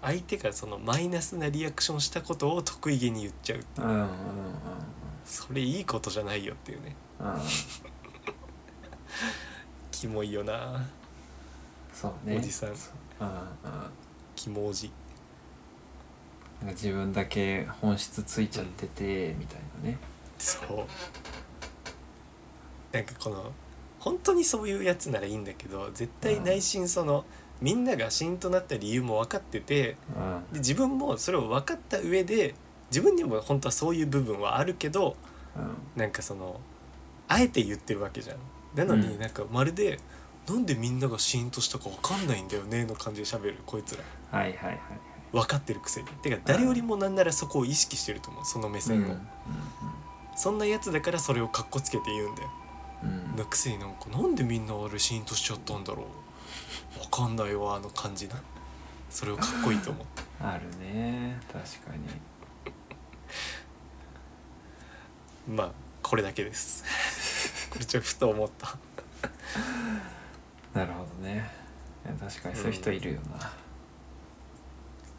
[SPEAKER 1] 相手がそのマイナスなリアクションしたことを得意げに言っちゃう
[SPEAKER 2] うんうんうんうん
[SPEAKER 1] それいいことじゃないよっていうね
[SPEAKER 2] うん
[SPEAKER 1] キモいよな
[SPEAKER 2] そうね
[SPEAKER 1] おじさん
[SPEAKER 2] そううんうん
[SPEAKER 1] キモおじ
[SPEAKER 2] なんか自分だけ本質ついちゃっててみたいなね
[SPEAKER 1] そうなんかこの本当にそういうやつならいいんだけど絶対内心その、みんながシーンとなった理由も分かってて
[SPEAKER 2] うん
[SPEAKER 1] で自分もそれを分かった上で自分にも本当はそういう部分はあるけど
[SPEAKER 2] うん
[SPEAKER 1] なんかそのあえて言ってるわけじゃん。なの
[SPEAKER 2] う
[SPEAKER 1] に
[SPEAKER 2] ん
[SPEAKER 1] なんかまるで、なんでみんながシーンとしたか分かんないんだよねの感じで喋るこいつら。
[SPEAKER 2] はいはいはいはい
[SPEAKER 1] 分かってるくせにてか誰よりもなんならそこを意識してると思うその目線を、
[SPEAKER 2] うん
[SPEAKER 1] そんなやつだからそれをかっこつけて言うんだよ
[SPEAKER 2] うん
[SPEAKER 1] のくせになんかなんでみんなあれシーンとしちゃったんだろう分かんないわあの感じなそれをかっこいいと思 って
[SPEAKER 2] あるね確かに
[SPEAKER 1] まあこれだけですこれちょっとふと思った
[SPEAKER 2] なるほどねいや確かにそういう人いるよな、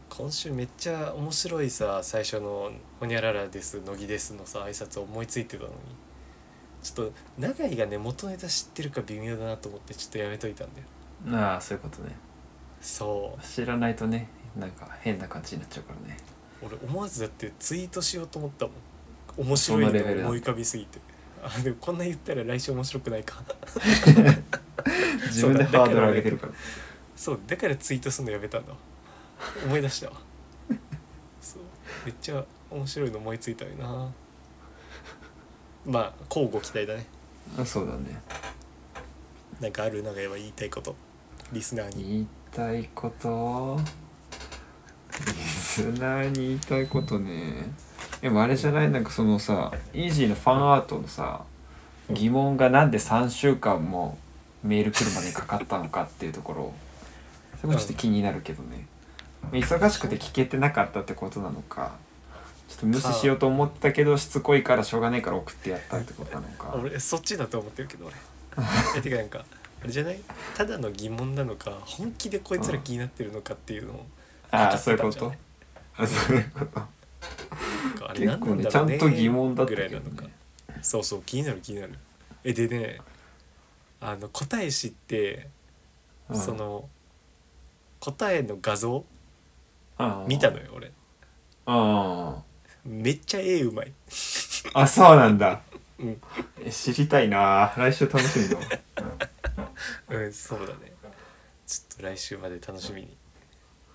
[SPEAKER 1] 今週めっちゃ面白いさ最初の「ほにゃららです乃木です」のさ挨拶思いついてたのにちょっと永井がね元ネタ知ってるか微妙だなと思ってちょっとやめといたんだよ
[SPEAKER 2] ああそういうことね
[SPEAKER 1] そう
[SPEAKER 2] 知らないとねなんか変な感じになっちゃうからね
[SPEAKER 1] 俺思わずだってツイートしようと思ったもん面白いの
[SPEAKER 2] そんなレベルだ
[SPEAKER 1] 思い浮かびすぎてあでもこんな言ったら来週面白くないか
[SPEAKER 2] 自分でハードル上げてるから
[SPEAKER 1] そうだからツイートするのやめたんだわ思い出したわそうめっちゃ面白いの思いついたよなまあ交互期待だね
[SPEAKER 2] あそうだね
[SPEAKER 1] なんかある長屋は言いたいことリスナーに
[SPEAKER 2] 言いたいことリスナーに言いたいことねでもあれじゃないなんかそのさイージーのファンアートのさ疑問がなんで3週間もメール来るまでにかかったのかっていうところそれもちょっと気になるけどね忙しくて聞けてなかったってことなのかちょっと無視しようと思ったけどしつこいからしょうがないから送ってやったってことなのか
[SPEAKER 1] 俺そっちだと思ってるけど俺えてかなんかあれじゃないただの疑問なのか本気でこいつら気になってるのかっていうのを
[SPEAKER 2] ああそういうことあそういうこと
[SPEAKER 1] あれ何
[SPEAKER 2] 結
[SPEAKER 1] な
[SPEAKER 2] 構
[SPEAKER 1] ん
[SPEAKER 2] ね
[SPEAKER 1] だ
[SPEAKER 2] ち
[SPEAKER 1] ろ
[SPEAKER 2] ゃ
[SPEAKER 1] うね
[SPEAKER 2] んと疑問だった
[SPEAKER 1] ぐら
[SPEAKER 2] け
[SPEAKER 1] い
[SPEAKER 2] ど
[SPEAKER 1] なのか
[SPEAKER 2] ね
[SPEAKER 1] そうそう気になる気になるえでねあの答え知って、
[SPEAKER 2] うん
[SPEAKER 1] その答えの画像
[SPEAKER 2] うん
[SPEAKER 1] 見たのよ俺
[SPEAKER 2] あ
[SPEAKER 1] めっちゃ絵うまい
[SPEAKER 2] あそうなんだ、
[SPEAKER 1] うん
[SPEAKER 2] え知りたいな来週楽しみ だわ
[SPEAKER 1] うんそうだねちょっと来週まで楽しみに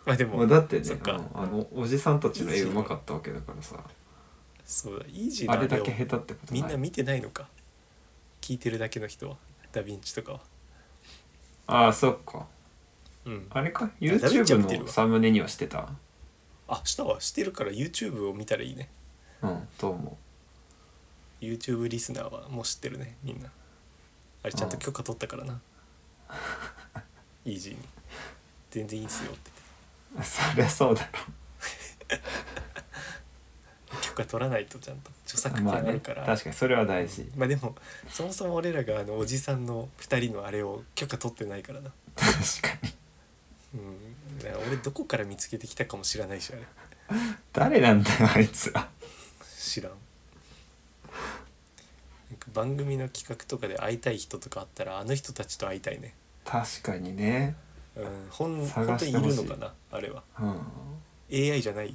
[SPEAKER 1] まあで
[SPEAKER 2] ま
[SPEAKER 1] も
[SPEAKER 2] あだってね
[SPEAKER 1] そっか
[SPEAKER 2] うんあのおじさんたちの絵うまかったわけだからさ
[SPEAKER 1] そうだイージー
[SPEAKER 2] あ
[SPEAKER 1] なあ
[SPEAKER 2] れ
[SPEAKER 1] れ
[SPEAKER 2] だ
[SPEAKER 1] を
[SPEAKER 2] け下手ってこと
[SPEAKER 1] みん
[SPEAKER 2] な
[SPEAKER 1] ない見てないのか聞いてるだけの人はダ・ヴィンチとかは
[SPEAKER 2] ああそっか
[SPEAKER 1] うん
[SPEAKER 2] あれか
[SPEAKER 1] ダヴィンチ
[SPEAKER 2] YouTube
[SPEAKER 1] は見てるわ
[SPEAKER 2] のサムネにはしてた
[SPEAKER 1] あしたわしてるから YouTube を見たらいいね
[SPEAKER 2] うんと思
[SPEAKER 1] YouTube リスナーはもう知ってるねみんなあれちゃんと許可取ったからなイージーに全 然いいっすよって
[SPEAKER 2] うそりゃそうだろ
[SPEAKER 1] 言って許許可取らないとちゃんと著作権
[SPEAKER 2] ま
[SPEAKER 1] あ
[SPEAKER 2] あね
[SPEAKER 1] るから、
[SPEAKER 2] 確かにそれは大事
[SPEAKER 1] まあでもそもそも俺らがあのおじさんの2人のあれを許可取ってないからな、
[SPEAKER 2] 確かに
[SPEAKER 1] うん、だから俺どこから見つけてきたかも知らないしあれ
[SPEAKER 2] 誰なんだよあいつは
[SPEAKER 1] 知らんなんか番組の企画とかで会いたい人とかあったらあの人たちと会いたいね、
[SPEAKER 2] 確かにね
[SPEAKER 1] うん、ほん本当
[SPEAKER 2] 探し
[SPEAKER 1] にい
[SPEAKER 2] てほしい
[SPEAKER 1] るのかなあれは
[SPEAKER 2] うん
[SPEAKER 1] AI じゃない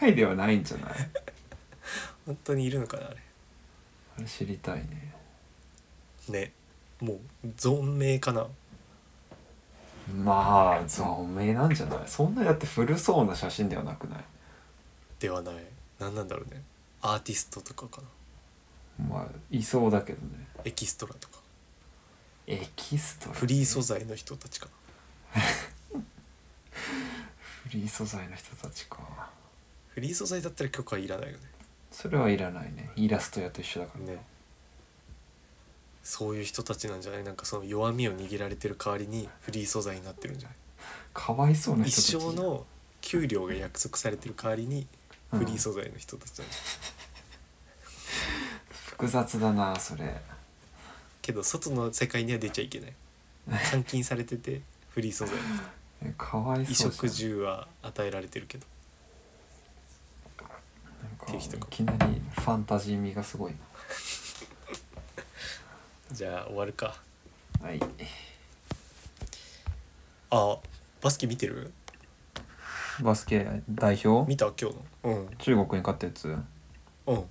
[SPEAKER 2] AI ではないんじゃない
[SPEAKER 1] 本当にいるのかなあれ
[SPEAKER 2] あれ知りたいね
[SPEAKER 1] ねもう存命かな
[SPEAKER 2] まあ存命なんじゃないそんなだって古そうな写真ではなくない
[SPEAKER 1] ではない何なんだろうねアーティストとかかな
[SPEAKER 2] まあいそうだけどね
[SPEAKER 1] エキストラとか
[SPEAKER 2] エキストラ
[SPEAKER 1] フリー素材の人たちかな
[SPEAKER 2] フリー素材の人たちか
[SPEAKER 1] フリー素材だったら許可いらないよ
[SPEAKER 2] それはいらないねイラスト屋と一緒だから
[SPEAKER 1] ねねそういう人たちなんじゃないなんかその弱みを握られてる代わりにフリー素材になってるんじゃない
[SPEAKER 2] かわいそうな人たち
[SPEAKER 1] 一生の給料が約束されてる代わりにフリー素材の人たちなんじゃない
[SPEAKER 2] 複雑だなそれ
[SPEAKER 1] けど外の世界には出ちゃいけない監禁されててフリー素材の人
[SPEAKER 2] えかわい
[SPEAKER 1] 衣
[SPEAKER 2] そう
[SPEAKER 1] 食住は与えられてるけど
[SPEAKER 2] なんか
[SPEAKER 1] 定
[SPEAKER 2] い
[SPEAKER 1] 期とか
[SPEAKER 2] きなりファンタジー味がすごい
[SPEAKER 1] じゃあ終わるか
[SPEAKER 2] なはい
[SPEAKER 1] あバスケ見てる
[SPEAKER 2] バスケ代表
[SPEAKER 1] 見た今日の
[SPEAKER 2] 中国に勝ったやつ
[SPEAKER 1] うんうん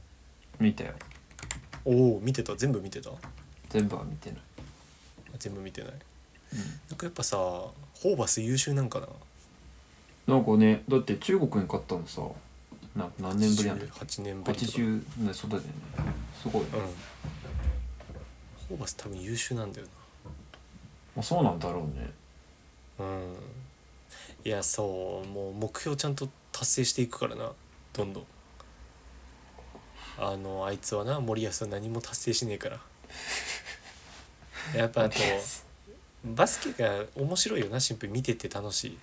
[SPEAKER 2] 見たよ
[SPEAKER 1] おお見てた全部見てた
[SPEAKER 2] 全部は見てない、
[SPEAKER 1] 全部見てないなんかやっぱさホーバス優秀なんかな
[SPEAKER 2] なんかねだって中国に勝ったのさなんか何年ぶりなんだっけ
[SPEAKER 1] 8年ぶりとか
[SPEAKER 2] 80年そうだよねすごいね、
[SPEAKER 1] うん
[SPEAKER 2] ま
[SPEAKER 1] ホーバス多分優秀なんだよ
[SPEAKER 2] あ、そうなんだろうね
[SPEAKER 1] なうんいやそうもう目標ちゃんと達成していくからなどんどんあのあいつはな森保は何も達成しねえからやっぱ あとバスケが面白いよなシンプルに見てて楽しい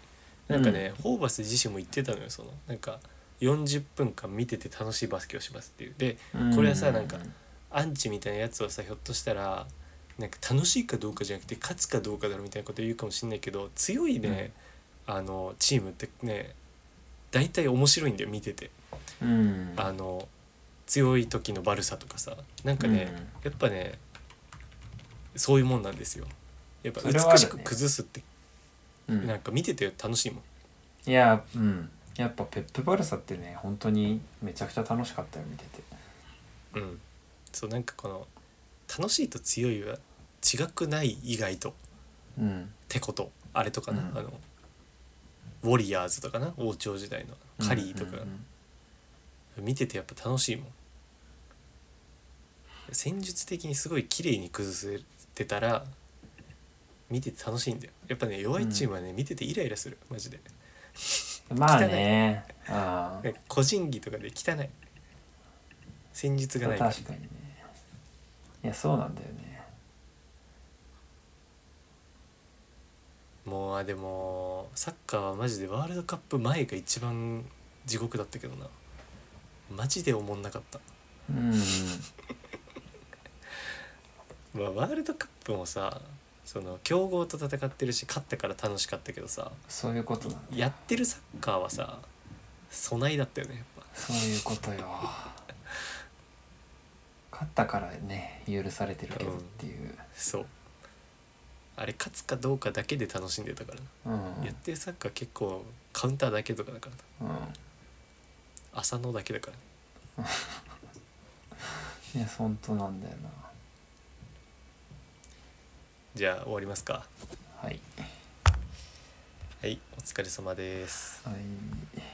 [SPEAKER 1] なんかね、ホーバス自身も言ってたのよそのなんか40分間見てて楽しいバスケをしますっていうでこれはさなんかアンチみたいなやつはさひょっとしたらなんか楽しいかどうかじゃなくて勝つかどうかだろみたいなこと言うかもしれないけど強いね、あのチームってね大体面白いんだよ見てて、
[SPEAKER 2] うん
[SPEAKER 1] あの強い時のバルサとかさなんかね、やっぱねそういうもんなんですよやっぱ
[SPEAKER 2] それは
[SPEAKER 1] 美
[SPEAKER 2] あるね
[SPEAKER 1] しく崩すって、
[SPEAKER 2] うんうん
[SPEAKER 1] なんか見てて楽しいもん
[SPEAKER 2] いやうんやっぱペップバルサってね本当にめちゃくちゃ楽しかったよ見てて
[SPEAKER 1] うん、そうなんかこの楽しいと強いは違くない意外とっ
[SPEAKER 2] うん
[SPEAKER 1] てことあれとかな、
[SPEAKER 2] うん
[SPEAKER 1] あのウォリアーズとかな王朝時代のカリーとか、
[SPEAKER 2] うん
[SPEAKER 1] 見ててやっぱ楽しいもん戦術的にすごい綺麗に崩せてたら見てて楽しいんだよやっぱね弱いチームはね、見ててイライラするマジで
[SPEAKER 2] うんまあねあ
[SPEAKER 1] なんか個人技とかで汚い戦術がない
[SPEAKER 2] ー
[SPEAKER 1] から
[SPEAKER 2] 確かにねいやそうなんだよね
[SPEAKER 1] もうあでもサッカーはマジでワールドカップ前が一番地獄だったけどなマジでおもんなかった、
[SPEAKER 2] うん
[SPEAKER 1] まあ、ワールドカップもさその強豪と戦ってるし勝ったから楽しかったけどさ
[SPEAKER 2] そういうことなんだ
[SPEAKER 1] やってるサッカーはさ備えだったよねやっぱ
[SPEAKER 2] そういうことよ勝ったからね許されてるけどっていう、
[SPEAKER 1] そうあれ勝つかどうかだけで楽しんでたからな、
[SPEAKER 2] うん
[SPEAKER 1] やってるサッカー結構カウンターだけとかだからな
[SPEAKER 2] う
[SPEAKER 1] 浅野だけだから
[SPEAKER 2] ん、いや本当なんだよな
[SPEAKER 1] じゃあ終わりますか
[SPEAKER 2] はい、
[SPEAKER 1] はいお疲れ様です
[SPEAKER 2] はい